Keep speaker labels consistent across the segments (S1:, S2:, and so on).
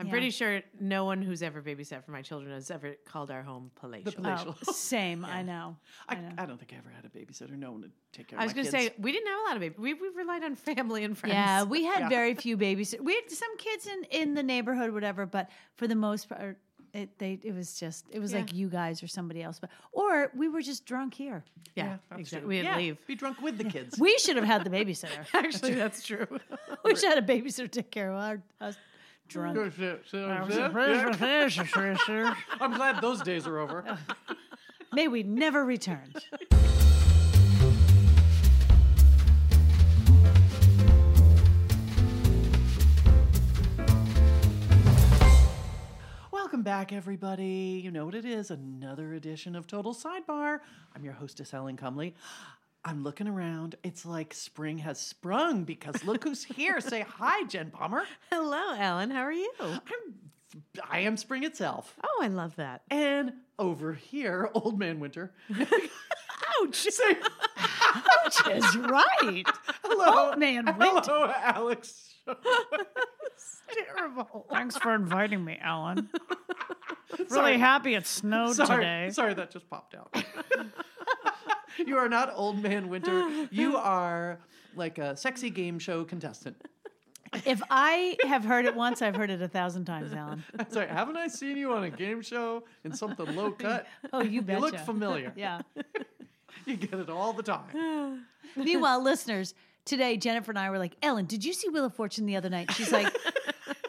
S1: I'm
S2: Yeah.
S1: pretty sure no one who's ever babysat for my children has ever called our home palatial.
S2: Oh, same, I know.
S3: I,
S2: I know.
S3: I don't think I ever had a babysitter. No one to take care
S1: I
S3: of
S1: was
S3: my
S1: going to
S3: kids.
S1: say we didn't have a lot of baby. We we relied on family and friends.
S2: Yeah, we had
S3: Yeah.
S2: very few babysitters. We had some kids in in the neighborhood, whatever, but for the most part, it they it was just it was
S1: Yeah.
S2: like you guys or somebody else, but or we were just drunk here.
S1: yeah,
S3: that's
S1: exactly.
S3: true.
S1: We had
S3: Yeah,
S1: leave.
S3: Be drunk with the kids.
S2: We should have had the babysitter.
S1: Actually, that's true.
S2: we should have had a babysitter to take care of our us drunk.
S3: I'm glad those days are over.
S2: May we never return.
S3: Welcome back, everybody. You know what it is another edition of Total Sidebar. I'm your hostess, Helen Cumley. I'm looking around. It's like spring has sprung because look who's here. Say hi, Jen Palmer.
S1: Hello, Ellen. How are you? Oh,
S3: I'm, I am spring itself.
S1: I love that.
S3: And over here, Old Man Winter.
S1: Ouch!
S3: Say
S2: Is right.
S3: hello.
S2: Old Man Winter.
S3: Hello, Alex.
S1: terrible.
S4: Thanks for inviting me, Ellen. Really
S3: Sorry.
S4: happy it snowed
S3: Sorry,
S4: today.
S3: sorry, that just popped out. you are not Old Man Winter. You are like a sexy game show contestant.
S2: If I have heard it once, I've heard it a thousand times, Alan.
S3: Sorry, haven't I seen you on a game show in something low cut?
S2: Oh, you
S3: You
S2: betcha.
S3: look familiar.
S2: Yeah.
S3: You get it all the time.
S2: Meanwhile, listeners, today Jennifer and I were like, Ellen, did you see Wheel of Fortune the other night? She's like,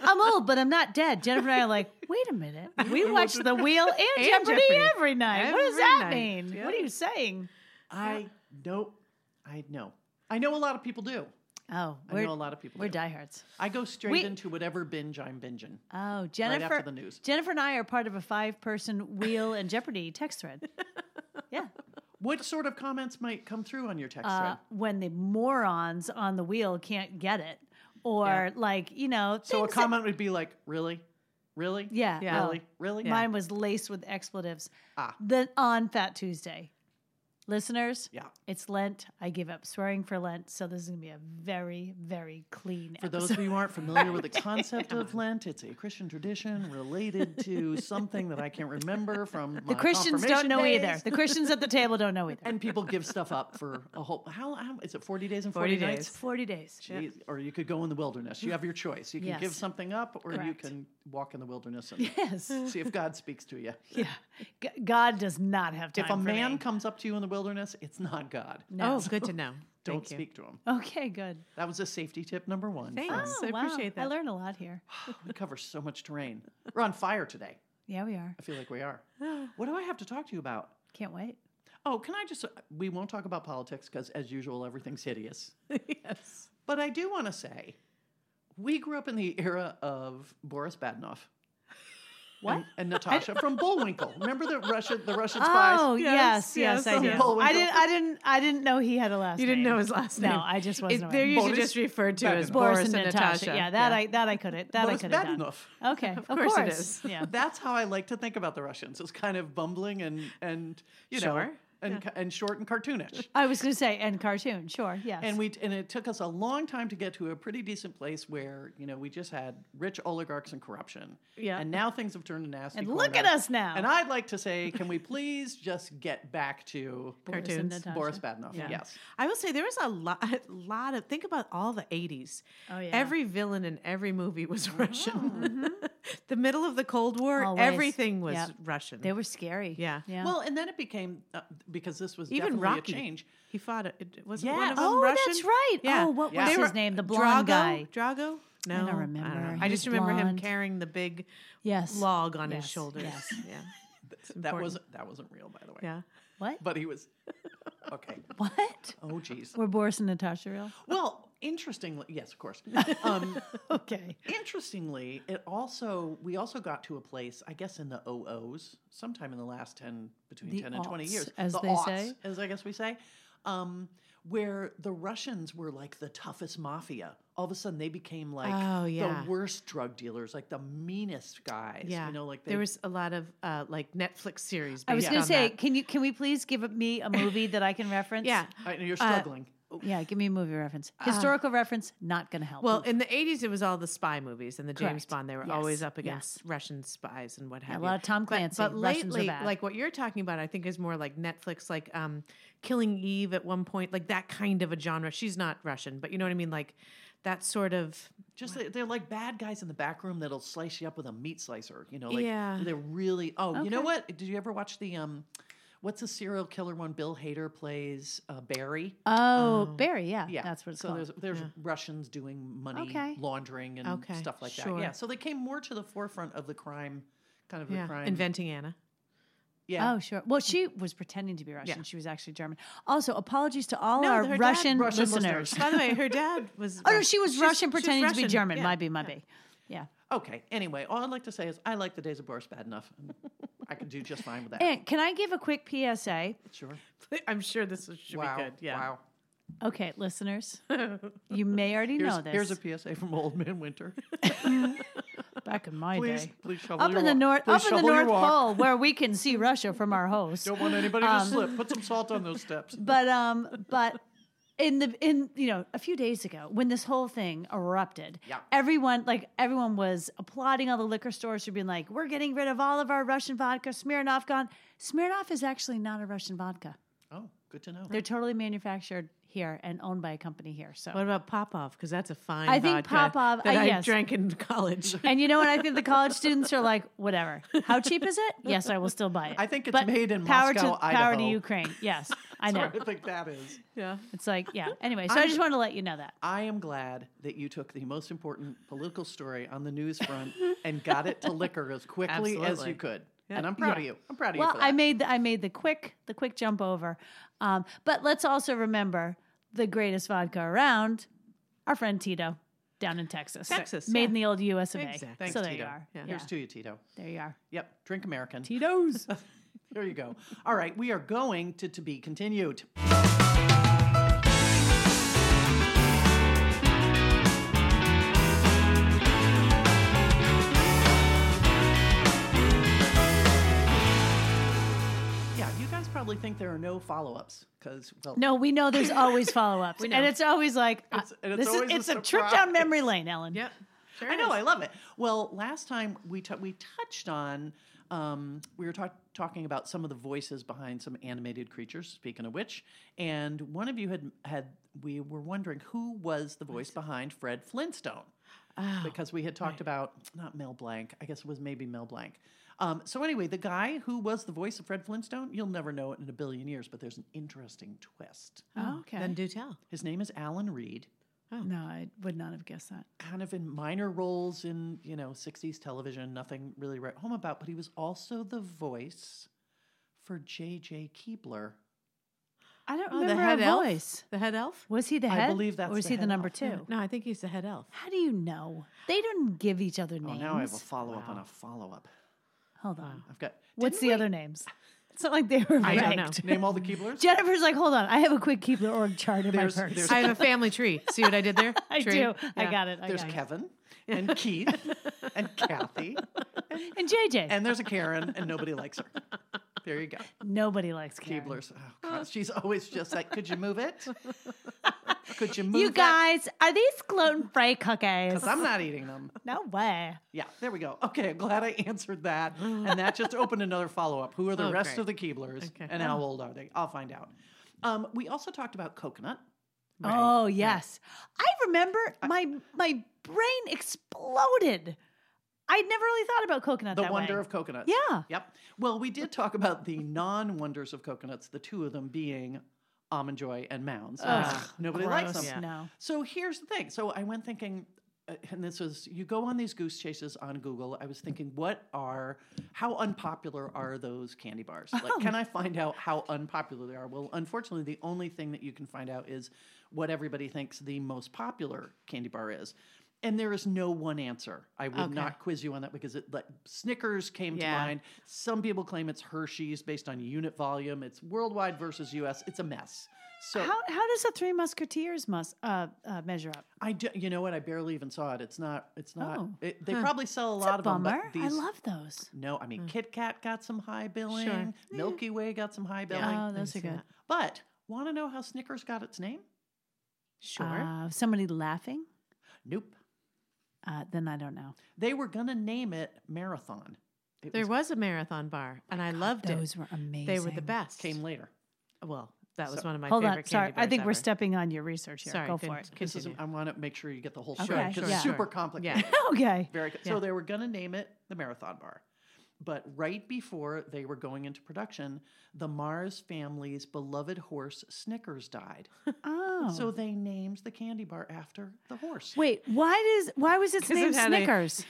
S2: I'm old, but I'm not dead. Jennifer and I are like, wait a minute. We watch The Wheel and,
S1: And
S2: Jeopardy,
S1: Jeopardy.
S2: every night. what does
S1: Every
S2: that
S1: night.
S2: mean? What are you saying?
S3: I know. I know. I know a lot of people do.
S2: Oh,
S3: I
S2: we're,
S3: know a lot of people
S2: we're
S3: do.
S2: diehards.
S3: I go straight
S2: We-
S3: into whatever binge I'm binging.
S2: Oh, Jennifer.
S3: the news.
S2: Jennifer and I are part of a five person Wheel and Jeopardy text thread. Yeah.
S3: What sort of comments might come through on your text
S2: Uh,
S3: thread?
S2: when the morons on the wheel can't get it. Or,
S3: Yeah.
S2: like, you know,
S3: So a
S2: things that-
S3: comment would be like, "Really, really,
S2: yeah.
S1: Yeah.
S2: oh.
S3: really, really."
S2: Mine was laced with expletives.
S3: Ah.
S2: The on Fat Tuesday. Listeners,
S3: Yeah.
S2: it's Lent. I give up swearing for Lent, so this is gonna be a very, very clean
S3: For
S2: episode.
S3: those of you who aren't familiar with the concept of Lent, it's a Christian tradition related to something that I can't remember from my
S2: the Christians don't
S3: confirmation
S2: know either.
S3: days.
S2: The Christians at the table don't know either.
S3: And people give stuff up for a whole how, how is it forty days and
S1: 40
S3: forty,
S1: days.
S3: nights?
S2: Forty days.
S3: Jeez, Or you could go in the wilderness. You have your choice. You can give
S2: Yes.
S3: something up, or you
S2: Correct.
S3: can walk in the wilderness and
S2: Yes.
S3: see if God speaks to you.
S2: Yeah. G- God does not have time.
S3: If a
S2: for
S3: man
S2: me.
S3: comes up to you in the wilderness, it's not God.
S2: No.
S1: Oh, good to know.
S3: Don't
S1: Thank you.
S3: speak to him.
S2: Okay, good.
S3: That was a safety tip number one.
S1: Thanks.
S2: Oh,
S1: I
S2: wow.
S1: appreciate
S2: I
S1: that.
S2: learn a lot here.
S3: We cover so much terrain. We're on fire today.
S2: Yeah, we are.
S3: I feel like we are. What do I have to talk to you about?
S2: Can't wait.
S3: Oh, can I just? We won't talk about politics because, as usual, everything's hideous.
S1: yes.
S3: But I do want to say, we grew up in the era of Boris Badenoff.
S2: What?
S3: And, and Natasha from Bullwinkle. Remember the Russian, the Russian spies?
S2: Oh yes,
S1: Yes,
S2: yes,
S1: yes.
S2: I do.
S3: Bullwinkle.
S2: I didn't, I didn't, I didn't know he had a last.
S1: You didn't
S2: name.
S1: know his last name.
S2: No, I just wasn't.
S1: It,
S2: aware.
S1: they're usually
S3: Boris
S1: just referred to as
S3: Badenov.
S1: Boris, and Natasha.
S2: Yeah, that I that I couldn't. That
S3: Boris
S2: I could have done.
S3: Badenov.
S2: Okay, of,
S1: course it is.
S2: Yeah.
S3: That's how I like to think about the Russians. It's kind of bumbling and and you know
S1: Sure.
S3: and ca- and short and cartoonish.
S2: I was going to say and cartoon, sure, yes.
S3: And we and it took us a long time to get to a pretty decent place where you know we just had rich oligarchs and corruption.
S1: Yeah.
S3: And now things have turned to nasty.
S2: And look
S3: corner.
S2: at us now.
S3: And I'd like to say, can we please just get back to
S2: Boris and
S1: Cartoons.
S2: Natasha.
S3: Boris Badenoff?
S1: Yeah.
S3: Yes.
S1: I will say there was a lot, lot of think about all the '80s.
S2: Oh, yeah.
S1: Every villain in every movie was Russian. the middle of the Cold War,
S2: Always.
S1: everything was
S2: Yep.
S1: Russian.
S2: They were scary.
S1: Yeah.
S2: Yeah.
S3: Well, and then it became uh, because this was
S1: even
S3: definitely
S1: Rocky.
S3: a change.
S1: He fought. A, it was
S3: Yes.
S1: one of them
S2: oh,
S1: Russian?
S2: that's right.
S1: Yeah.
S2: Oh, what
S3: Yeah.
S2: was
S3: They
S2: his
S1: were-
S2: name? The blonde
S1: Drago?
S2: guy.
S1: Drago. No,
S2: don't
S1: know.
S2: remember.
S1: I
S2: He
S1: just
S2: was
S1: remember him
S2: blonde.
S1: carrying the big
S2: Yes.
S1: log on
S2: Yes.
S1: his shoulders.
S2: Yes.
S1: Yeah. It's
S3: That
S1: important.
S3: was that wasn't real, by the way.
S1: Yeah.
S2: What?
S3: But he was okay.
S2: What?
S3: Oh, geez.
S2: Were Boris and Natasha real?
S3: Well, interestingly, yes, of course. Um,
S2: Okay.
S3: Interestingly, it also we also got to a place, I guess, in the OOs, sometime in the last ten between
S2: The
S3: ten and twenty
S2: aughts,
S3: years,
S2: as
S3: the
S2: they
S3: aughts,
S2: say.
S3: as I guess we say, um, where the Russians were like the toughest mafia. All of a sudden, they became like
S1: Oh, yeah.
S3: the worst drug dealers, like the meanest guys.
S1: Yeah.
S3: you know, like they,
S1: there was a lot of uh, like Netflix series.
S2: I was
S1: based
S2: going
S1: on
S2: to say,
S1: that.
S2: can you can we please give me a movie that I can reference?
S1: yeah.
S3: I know you're
S1: uh,
S3: struggling.
S2: Yeah, give me a movie reference. Historical reference, not going to help.
S1: Well, in the 80s, it was all the spy movies and the James
S2: Mm. Correct.
S1: Bond. They were
S2: Yes.
S1: always up against
S2: Yes.
S1: Russian spies and what have
S2: a
S1: you.
S2: lot of Tom
S1: But-
S2: Clancy.
S1: But,
S2: Russians are
S1: lately,
S2: bad.
S1: like what you're talking about, I think is more like Netflix, like um, Killing Eve at one point, like that kind of a genre. She's not Russian, but you know what I mean? Like that sort of.
S3: Just they- they're like bad guys in the back room that'll slice you up with a meat slicer. You know, like
S1: Yeah.
S3: they're really. Oh, you know
S2: Okay.
S3: what? Did you ever watch the um, what's the serial killer one? Bill Hader plays uh, Barry.
S2: oh, Barry, yeah, that's what it's
S3: so
S2: called.
S3: there's there's Russians doing money
S2: Okay.
S3: laundering and
S1: Okay,
S3: stuff like
S1: sure.
S3: that. Yeah, so they came more to the forefront of the crime, kind of the
S1: Yeah.
S3: crime.
S1: Inventing Anna.
S3: yeah,
S2: Oh, sure. Well, she was pretending to be Russian.
S1: Yeah.
S2: She was actually German. Also, apologies to all
S1: No,
S2: our
S1: her dad-
S2: Russian,
S3: Russian
S2: listeners.
S1: By
S3: listeners.
S1: the way, her dad was.
S2: Oh, no, she was
S1: She's-
S2: Russian
S1: she's
S2: pretending to
S1: Russian,
S2: be German.
S1: yeah.
S2: Might be, might be. Yeah.
S3: Okay. Anyway, all I'd like to say is I like the days of Boris bad enough. I could do just fine with that.
S2: And can I give a quick PSA?
S3: sure.
S1: I'm sure this is- should
S3: Wow.
S1: be good. Yeah.
S3: Wow.
S2: Okay, listeners, you may already
S3: Here's,
S2: know this.
S3: here's a PSA from Old Man Winter.
S2: Back in my
S3: Please,
S2: day.
S3: please shovel
S2: Up
S3: your
S2: in the
S3: walk.
S2: north,
S3: Please
S2: up in the
S3: shovel your
S2: North
S3: walk.
S2: Pole, where we can see Russia from our host.
S3: Don't want anybody
S2: Um,
S3: to slip. Put some salt on those steps.
S2: but um but in the in you know a few days ago when this whole thing erupted
S3: Yeah.
S2: everyone like everyone was applauding all the liquor stores for being like we're getting rid of all of our russian vodka smirnoff gone smirnoff is actually not a russian vodka
S3: Oh, good to know.
S2: they're totally manufactured here and owned by a company here so
S1: What about Popov? Because that's a fine.
S2: I think
S1: vodka
S2: Popov-
S1: that
S2: uh,
S1: I
S2: yes.
S1: drank in college.
S2: and you know what i think the college students are like whatever how cheap is it yes i will still buy it
S3: I think it's
S2: But
S3: made in
S2: power
S3: Moscow,
S2: to power to
S3: Idaho.
S2: ukraine yes i know
S3: That's what I think that is.
S1: yeah.
S2: it's like yeah anyway so i just wanted to let you know that
S3: I am glad that you took the most important political story on the news front and got it to liquor as quickly as
S1: Absolutely.
S3: you could. And I'm proud of you. I'm proud of you
S2: Well,
S3: for that.
S2: I made the, I made the quick the quick jump over, um, but let's also remember the greatest vodka around, our friend Tito, down in Texas.
S1: Texas,
S2: made
S1: yeah.
S2: in the old U.S. of A.
S1: Exactly.
S3: Thanks,
S2: so there
S3: Tito.
S2: you are. Yeah.
S3: Here's to you, Tito.
S2: There you are.
S3: Yep, drink American.
S2: Tito's.
S3: There you go. All right, we are going to to be continued. Yeah, you guys probably think there are no follow-ups because well,
S2: no, we know there's always follow ups, and it's always like uh,
S3: It's- and it's
S2: this
S3: always
S2: is
S3: a
S2: it's a, trip down memory lane, Ellen.
S1: Yep. Sure
S3: I know,
S1: is.
S3: I love it. Well, last time we t- we touched on um, we were ta- talking about some of the voices behind some animated creatures. Speaking of which, and one of you had had we were wondering who was the voice behind Fred Flintstone
S1: Oh,
S3: because we had talked about not Mel Blanc. I guess it was maybe Mel Blanc. Um, so anyway, the guy who was the voice of Fred Flintstone, you'll never know it in a billion years, but there's an interesting twist.
S2: Oh, okay.
S1: Then do tell.
S3: His name is Alan Reed.
S2: no, I would not have guessed that.
S3: kind of in minor roles in you know 60s television nothing really right home about but he was also the voice for jj keebler
S2: I don't
S1: Oh, the
S2: remember
S1: head
S2: a
S1: elf?
S2: voice.
S1: The head elf?
S2: Was he the
S3: I
S2: head?
S3: believe that's
S2: or was
S3: the
S2: he the
S3: head
S2: number
S3: elf,
S2: two?
S3: yeah.
S1: No, I think he's the head elf.
S2: How do you know? They didn't give each other
S3: oh
S2: names.
S3: now i have a follow-up on a follow-up
S2: Hold on.
S3: i've got
S2: What's the
S3: didn't
S2: other names? It's not like they were
S1: I
S2: ranked.
S1: don't know.
S3: we name all the keeblers
S2: Jennifer's like, hold on, I have a quick Keebler org chart in
S3: There's-
S2: my purse.
S3: there's-
S1: I have a family tree. See what I did there?
S2: I
S1: Tree.
S2: do. I
S1: Yeah.
S2: got it. I
S3: there's
S2: got it.
S3: kevin and keith and kathy
S2: And JJ.
S3: and there's a karen and nobody likes her there you go
S2: Nobody likes Karen.
S3: keeblers oh god she's always just like could you move it could you move
S2: You guys, are these gluten free cookies?
S3: because i'm not eating them
S2: No way.
S3: Yeah, there we go. Okay, I'm glad I answered that. And that just opened another follow up. Who are the
S1: Oh,
S3: rest
S1: great.
S3: of the Keeblers
S1: Okay. Oh.
S3: and how old are they? I'll find out. Um, we also talked about coconut.
S2: Oh yes, I remember my my brain exploded. I'd never really thought about coconut.
S3: The
S2: that
S3: wonder
S2: way.
S3: of coconuts.
S2: Yeah.
S3: Yep. Well, we did talk about the non wonders of coconuts, the two of them being almond joy and mounds. Ugh, Nobody likes them.
S2: Gross, No.
S3: So here's the thing. So I went thinking, uh, and this was you go on these goose chases on Google. I was thinking, what are how unpopular are those candy bars? Like, can I find out how unpopular they are? Well, unfortunately, the only thing that you can find out is what everybody thinks the most popular candy bar is. And there is no one answer. I would not quiz you on that because it like Snickers came
S1: Yeah.
S3: to mind. Some people claim it's Hershey's based on unit volume. It's worldwide versus US. It's a mess. So
S2: How how does the Three Musketeers must uh, uh, measure up?
S3: I do, you know what? I barely even saw it. It's not. It's not.
S2: Oh.
S3: It, they probably sell a
S2: It's
S3: lot
S2: a
S3: of them.
S2: bummer.
S3: But these,
S2: I love Hmm. those.
S3: No, I mean Kit Kat got some high billing. Milky Way got some high billing.
S2: oh, those are good.
S3: But want to know how Snickers got its name?
S1: Sure.
S2: Uh, somebody laughing?
S3: Nope.
S2: Uh, then I don't know.
S3: They were going to name it Marathon. It
S1: there
S3: was,
S1: was a marathon bar, and I loved
S2: Those
S1: it.
S2: were amazing.
S1: They were the best.
S3: came later.
S1: well, that was
S3: So-
S1: one of my
S2: Hold
S1: favorite.
S2: on. Sorry.
S1: candy
S2: I think
S1: bars
S2: we're
S1: ever.
S2: stepping on your research here.
S1: Sorry,
S2: Go for
S1: con-
S2: it.
S3: This is,
S1: continue.
S3: I want to make sure you get the whole
S2: Okay,
S3: story because
S2: sure.
S3: it's super
S1: Sure.
S3: complicated.
S1: Yeah.
S2: okay.
S3: Very co-
S1: Yeah.
S3: So they were going to name it the Marathon Bar. But right before they were going into production, the Mars family's beloved horse Snickers died.
S2: Oh.
S3: So they named the candy bar after the horse.
S2: Wait, why does why was its
S1: 'Cause it
S2: named
S1: had a-
S2: Snickers?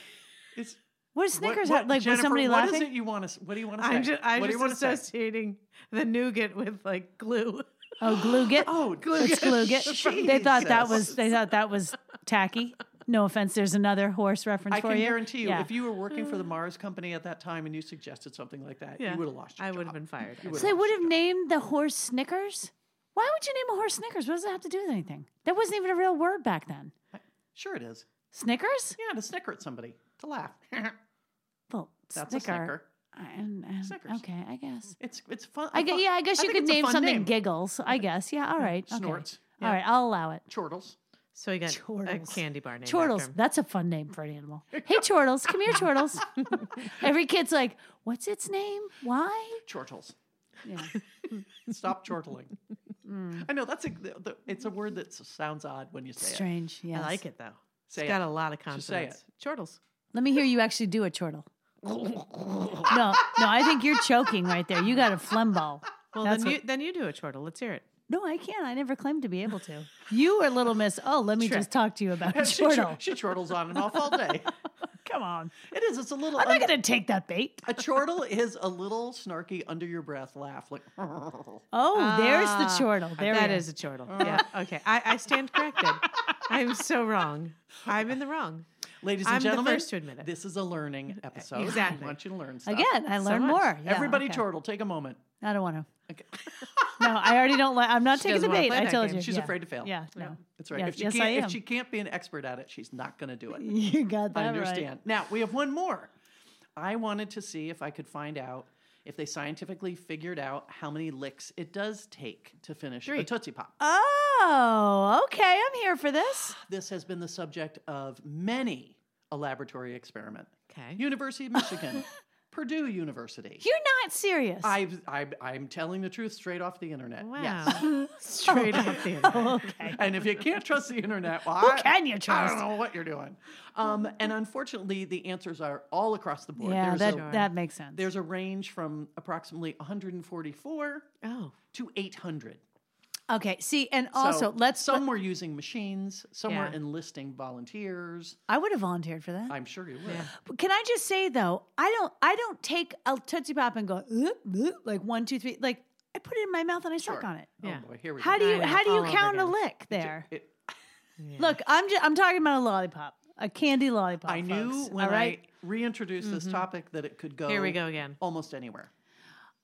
S3: It's
S2: What does
S3: what-
S2: Snickers
S3: what-
S2: have? Like was
S3: Jennifer,
S2: somebody laughing?
S3: What is it you want to? What do you want to say?
S1: I'm just, I'm
S3: what do you
S1: just
S3: wanna say?
S1: associating the nougat with like glue.
S2: Oh, Glugit.
S3: Oh,
S2: It's Glugit. They thought that was
S3: Jesus.
S2: they thought that was tacky. No offense. There's another horse reference
S3: I
S2: for
S3: can
S2: you.
S3: guarantee you,
S2: Yeah. Mm.
S3: if you were working for the Mars company at that time and you suggested something like that,
S1: Yeah.
S3: you would have lost your
S1: I
S3: job.
S1: would have been fired.
S3: You
S2: so they would have named the horse Snickers. Why would you name a horse Snickers? What does that have to do with anything? That wasn't even a real word back then.
S3: Sure, it is.
S2: Snickers?
S3: Yeah, to snicker at somebody, to laugh.
S2: Well,
S3: That's
S2: snicker.
S3: a snicker.
S2: I- and- and-
S3: Snickers.
S2: Okay, I guess.
S3: It's it's fun.
S2: I guess, yeah, I guess you
S3: think
S2: could
S3: it's a
S2: name hmm,
S3: fun
S2: something
S3: name.
S2: giggles. I guess. Yeah. All right. Okay.
S3: Snorts,
S2: All right. I'll allow it.
S3: chortles.
S1: So he got
S2: Chortles.
S1: a candy bar named after
S2: Chortles.
S1: him.
S2: That's a fun name for an animal. Hey, Chortles. Come here, Chortles. Every kid's like, what's its name? Why?
S3: Chortles.
S2: Yeah.
S3: Stop chortling.
S2: Hmm.
S3: I know that's a the, the, it's a word that s- sounds odd when you say it.
S2: Strange. Yeah.
S1: I like it though.
S3: Say
S1: it's got
S3: it.
S1: a lot of
S3: Just say
S1: confidence. Chortles.
S2: Let me hear you actually do a chortle. no, no, I think you're choking right there. You got a phlegm ball.
S1: Well,
S2: That's
S1: then
S2: what-
S1: you then you do a chortle. Let's hear it.
S2: No, I can't. I never claimed to be able to. You were little miss. Oh, let me
S1: Sure.
S2: just talk to you about a
S3: She, chor-
S2: chortle.
S3: she chortles on and off all day.
S2: Come on. Um,
S3: It is. It's a little.
S2: I'm not
S3: un-
S2: going to take that bait.
S3: a chortle is a little snarky under your breath laugh. Like
S2: Oh, there's
S1: Ah,
S2: the chortle. There
S1: that
S2: we Oh. are.
S1: is a chortle. yeah. Okay. I, I stand corrected. I'm so wrong. I'm in the wrong.
S3: ladies and
S1: I'm the
S3: gentlemen,
S1: first to admit it.
S3: this is a learning episode.
S1: Exactly.
S3: I want you to learn stuff.
S2: Again, E, I learned
S1: much.
S2: more. Yeah,
S3: Everybody
S2: okay.
S3: chortle. Take a moment.
S2: I don't want to.
S3: Okay.
S2: No, I already don't like. I'm not
S1: She
S2: taking the
S1: doesn't wanna
S2: bait.
S1: play
S2: I
S1: that
S2: told
S1: game.
S2: you.
S3: She's
S2: Yeah.
S3: afraid to fail.
S2: Yeah, no.
S3: That's right.
S2: Yes,
S3: if she
S2: yes, I
S3: can't,
S2: am.
S3: if she can't be an expert at it, she's not going to do it.
S2: You got that
S3: I
S2: right.
S3: understand. Now we have one more. I wanted to see if I could find out if they scientifically figured out how many licks it does take to finish a
S1: Three.
S3: Tootsie Pop.
S2: Oh, okay. I'm here for this.
S3: This has been the subject of many a laboratory experiment.
S1: Okay.
S3: University of Michigan, Purdue University.
S2: You're not serious.
S3: I, I, I'm telling the truth straight off the internet.
S1: wow.
S3: Yes.
S1: Straight off the internet.
S2: okay.
S3: And if you can't trust the internet, well,
S2: Who
S3: I-
S2: can you
S3: I
S2: trust?
S3: don't know what you're doing. Um, and unfortunately, the answers are all across the board.
S2: Yeah,
S3: there's,
S2: that,
S3: a,
S2: that makes sense.
S3: there's a range from approximately 144
S1: Oh.
S3: to 800.
S2: okay. See, and also
S3: so
S2: let's.
S3: Some were using machines, some were
S1: Yeah.
S3: enlisting volunteers.
S2: I would have volunteered for that.
S3: I'm sure you would.
S1: Yeah.
S2: But Can I just say though, I don't. I don't take a tootsie pop and go "Oop, oop," like one, two, three. Like I put it in my mouth and I suck
S3: Sure.
S2: on it.
S1: Yeah.
S3: Oh boy, here we
S2: How
S3: go.
S2: do you?
S1: I know,
S2: How do
S1: all
S2: you
S1: over
S2: count a
S1: again.
S2: lick there?
S3: It-
S2: Look, I'm. Just, I'm talking about a lollipop, a candy lollipop.
S3: I knew
S2: folks,
S3: when
S2: all right? Mm-hmm.
S3: I reintroduced this topic that it could go.
S1: Here we go again.
S3: Almost anywhere.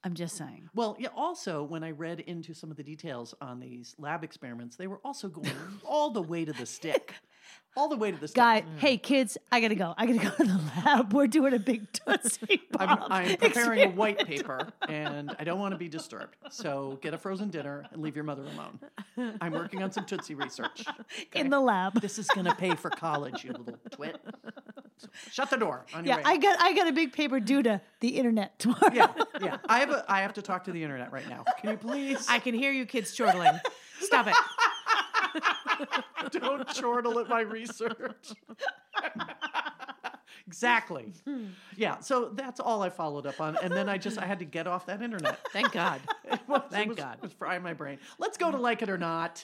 S2: I'm just saying.
S3: Well, yeah. Also, when I read into some of the details on these lab experiments, they were also going all the way to the stick, all the way to the stick.
S2: Guy, hey kids, I gotta go. I gotta go to the lab. We're doing a big tootsie
S3: I'm,
S2: pop.
S3: I'm preparing a white paper, and I don't want to be disturbed. So get a frozen dinner and leave your mother alone. I'm working on some Tootsie research.
S2: in the lab.
S3: This is going to pay for college, you little twit. So shut the door. On your
S2: Yeah,
S3: way.
S2: I got I got a big paper due to the internet tomorrow.
S3: yeah, yeah. I have a. I have to talk to the internet right now. Can you please?
S1: I can hear you kids chortling. Stop it.
S3: don't chortle at my research. exactly. Yeah. So that's all I followed up on, and then I just I had to get off that internet.
S1: Thank God.
S3: It was- it
S1: Thank
S3: was-
S1: God.
S3: It was frying my brain. Let's go to like it or not.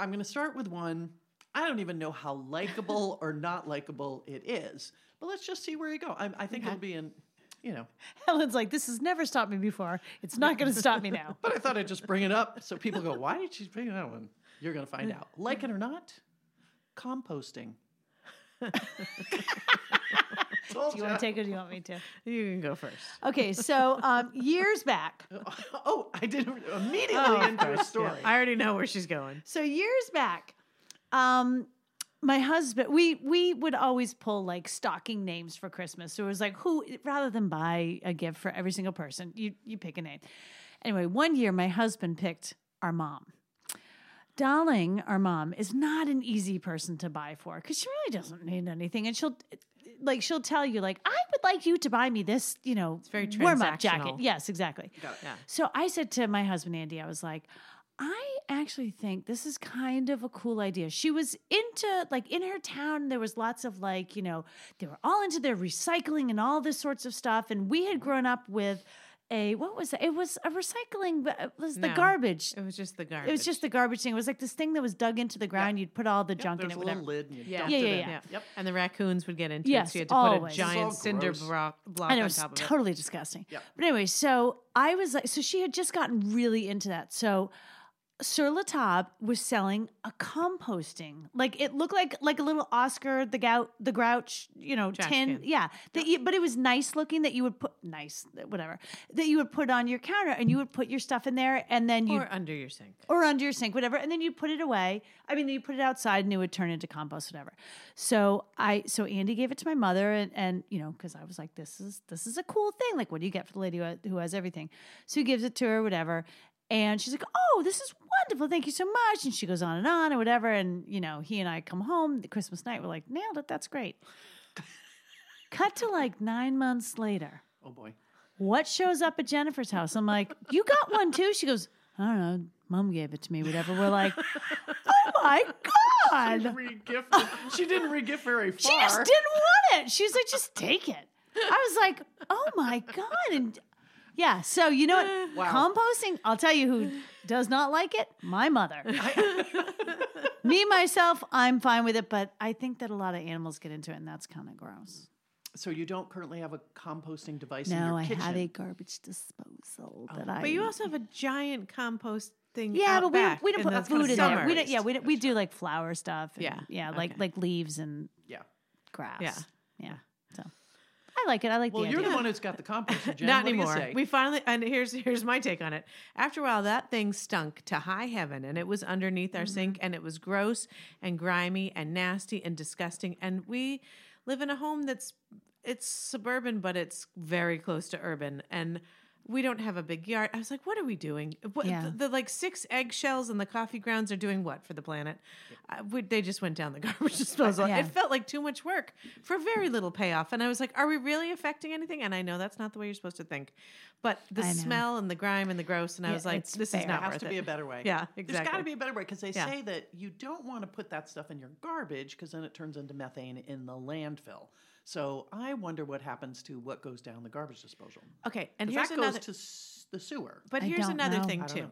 S3: I'm going to start with one. I don't even know how likable or not likable it is, but let's just see where you go. I, I think it'll be in, you know.
S2: Helen's like, this has never stopped me before. It's not going to stop me now.
S3: But I thought I'd just bring it up so people go, why did she bring that one? You're going to find out. Like it or not, composting. Told
S2: Do you want to take it? Or do you want me to?
S1: You can go first.
S2: Okay, so um, years back,
S3: Oh, I did immediately
S1: Oh, of
S3: into a
S1: course, yeah.
S3: story.
S1: I already know where she's going.
S2: so years back, um, my husband we we would always pull like stocking names for christmas so it was like who rather than buy a gift for every single person you you pick a name anyway one year my husband picked our mom darling our mom is not an easy person to buy for because she really doesn't need anything and she'll like she'll tell you like i would like you to buy me this you know it's
S1: very
S2: warm-up jacket
S1: transactional.
S2: yes exactly
S1: Yeah.
S2: so I said to my husband Andy, I was like, I actually think this is kind of a cool idea. She was into like in her town, there was lots of like, you know, they were all into their recycling and all this sorts of stuff. And we had grown up with a what was it? It was a recycling, but it was the
S1: No,
S2: garbage.
S1: It was just the garbage.
S2: It was just the garbage thing. It was like this thing that was dug into the ground. You'd put all the junk in
S3: There's
S2: it,
S3: a little
S2: whatever.
S3: lid. And you
S1: Yeah.
S3: dumped
S2: Yeah,
S3: it
S2: yeah,
S3: in.
S2: yeah.
S3: Yep.
S1: and the raccoons would get into it.
S2: Yes,
S1: So you had to put
S2: always.
S1: a
S2: It's all
S1: giant cinder
S3: gross.
S1: block, block
S2: I know
S1: on
S2: it's
S1: top of it.
S2: totally disgusting.
S3: Yep.
S2: But anyway, so I was like, so she had just gotten really into that. So Sir Latab was selling a composting. Like it looked like like a little Oscar the gout the grouch, you know,
S1: Trash
S2: tin.
S1: can.
S2: Yeah. That you, but it was nice looking that you would put nice, whatever. That you would put on your counter and you would put your stuff in there and then you
S1: or under your sink.
S2: or under your sink, whatever, and then you put it away. I mean, you put it outside, and it would turn into compost, whatever. So I, so Andy gave it to my mother, and, and you know, because I was like, this is this is a cool thing. Like, what do you get for the lady who ha- who has everything? So he gives it to her, whatever, and she's like, oh, this is wonderful, thank you so much. And she goes on and on, and whatever. And you know, he and I come home the Christmas night. We're like, nailed it, that's great. Cut to like nine months later
S3: Oh boy.
S2: what shows up at Jennifer's house? I'm like, you got one too? She goes, I don't know. Mom gave it to me, whatever. We're like, oh my God.
S3: Regifted. she didn't regift very far.
S2: She just didn't want it. She was like, just take it. I was like, oh my God. And yeah, so you know what?
S3: Wow.
S2: Composting, I'll tell you who does not like it my mother. me, myself, I'm fine with it, but I think that a lot of animals get into it, and that's kind of gross.
S3: So you don't currently have a composting device in
S2: No,
S3: your
S2: I
S3: kitchen. Oh.
S2: have a garbage disposal that I.
S1: But you also have a giant compost thing.
S2: Yeah,
S1: out
S2: but we
S1: back
S2: don't, we don't
S1: in
S2: put
S1: the
S2: food in there. We
S1: summer.
S2: don't. Yeah, we don't, we do like flower stuff. and-
S1: Yeah,
S2: yeah, like
S1: okay.
S2: like leaves and
S3: Yeah.
S2: grass.
S1: Yeah.
S2: yeah. So I like it. I like
S3: Well,
S2: the
S3: you're
S2: idea.
S3: the one who's got the composting. Jen.
S1: Not
S3: What do you
S1: anymore.
S3: say?
S1: We finally and here's here's my take on it. After a while that thing stunk to high heaven and it was underneath our
S2: Mm-hmm.
S1: sink and it was gross and grimy and nasty and disgusting and we live in a home that's it's suburban but it's very close to urban and we don't have a big yard. I was like, what are we doing? What,
S2: Yeah.
S1: the, the, like six eggshells and the coffee grounds are doing what for the planet? I, we, they just went down the garbage disposal.
S2: Yeah.
S1: It felt like too much work for very little payoff. And I was like, are we really affecting anything? And I know that's not the way you're supposed to think, but the
S2: I know.
S1: smell and the grime and the gross. And I
S2: Yeah,
S1: was like,
S2: it's
S1: this
S2: fair.
S1: is
S3: There
S1: not
S3: has
S1: worth
S3: to
S1: it.
S3: be a better way.
S1: Yeah,
S3: There's got to
S1: exactly.
S3: be a better way because they
S1: Yeah.
S3: say that you don't want to put that stuff in your garbage because then it turns into methane in the landfill. So I wonder what happens to what goes down the garbage disposal.
S1: Okay. And
S3: 'Cause
S1: here's
S3: that goes
S1: another,
S3: to s- the sewer.
S1: but
S2: I
S1: here's
S2: don't
S1: another
S2: know.
S1: thing
S3: I don't
S1: too.
S3: know.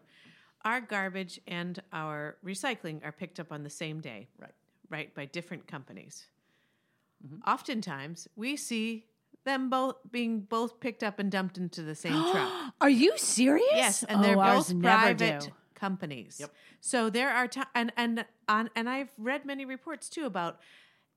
S1: Our garbage and our recycling are picked up on the same day.
S3: Right.
S1: right, by different companies.
S3: Mm-hmm.
S1: Oftentimes, we see them both being both picked up and dumped into the same truck.
S2: Are you serious?
S1: Yes, and
S2: oh,
S1: they're
S2: ours
S1: both
S2: never
S1: private
S2: do.
S1: companies.
S3: Yep.
S1: So there are ti and and on and I've read many reports too about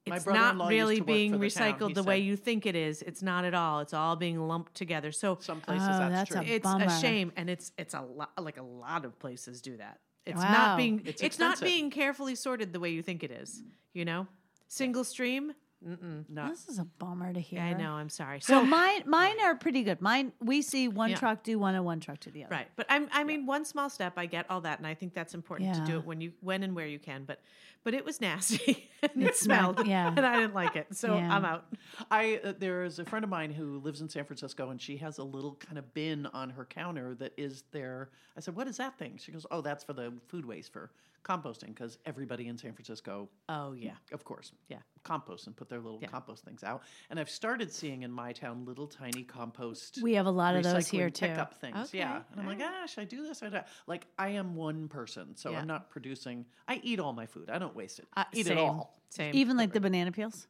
S3: My
S1: it's
S3: brother-in-law
S1: not
S3: used
S1: really
S3: to work
S1: being
S3: for the town,
S1: recycled
S3: he
S1: the way
S3: said.
S1: you think it is. It's not at all. It's all being lumped together. So
S3: Some places
S2: Oh,
S3: that's,
S2: that's a
S3: true.
S1: it's
S2: bummer.
S1: a shame and it's it's a lot like a lot of places do that it's
S2: Wow.
S1: not being
S3: It's
S1: it's, not
S3: expensive.
S1: being carefully sorted the way you think it is you know single stream Mm-mm, not
S2: This is a bummer to hear.
S1: i know i'm sorry so
S2: So mine, mine are pretty good. Mine, we see one
S1: Yeah.
S2: truck do one and one truck do the other.
S1: right but i'm i mean one small step i get all that and i think that's important to do
S2: Yeah.
S1: it when you when and where you can but but it was nasty and
S2: It
S1: it
S2: smelled-
S1: smelled
S2: yeah.
S1: and i didn't like it so
S2: Yeah.
S1: i'm out
S3: I uh, there is a friend of mine who lives in San Francisco, and she has a little kind of bin on her counter that is there. I said, "What is that thing?" She goes, "Oh, that's for the food waste for composting because everybody in San Francisco,
S1: oh yeah
S3: of course,
S1: Yeah.
S3: compost and put their little compost things out." And I've started seeing in my town little tiny compost.
S2: We have a lot of those
S3: recycling
S2: here too.
S3: Pickup things,
S1: Okay,
S3: yeah. And I'm like, ah, should I do this? I don't. Like, I am one person, so
S1: Yeah.
S3: I'm not producing. I eat all my food. I don't waste it.
S1: Uh,
S3: eat
S1: same,
S3: it all.
S1: same Uh-huh.
S2: Even like the banana peels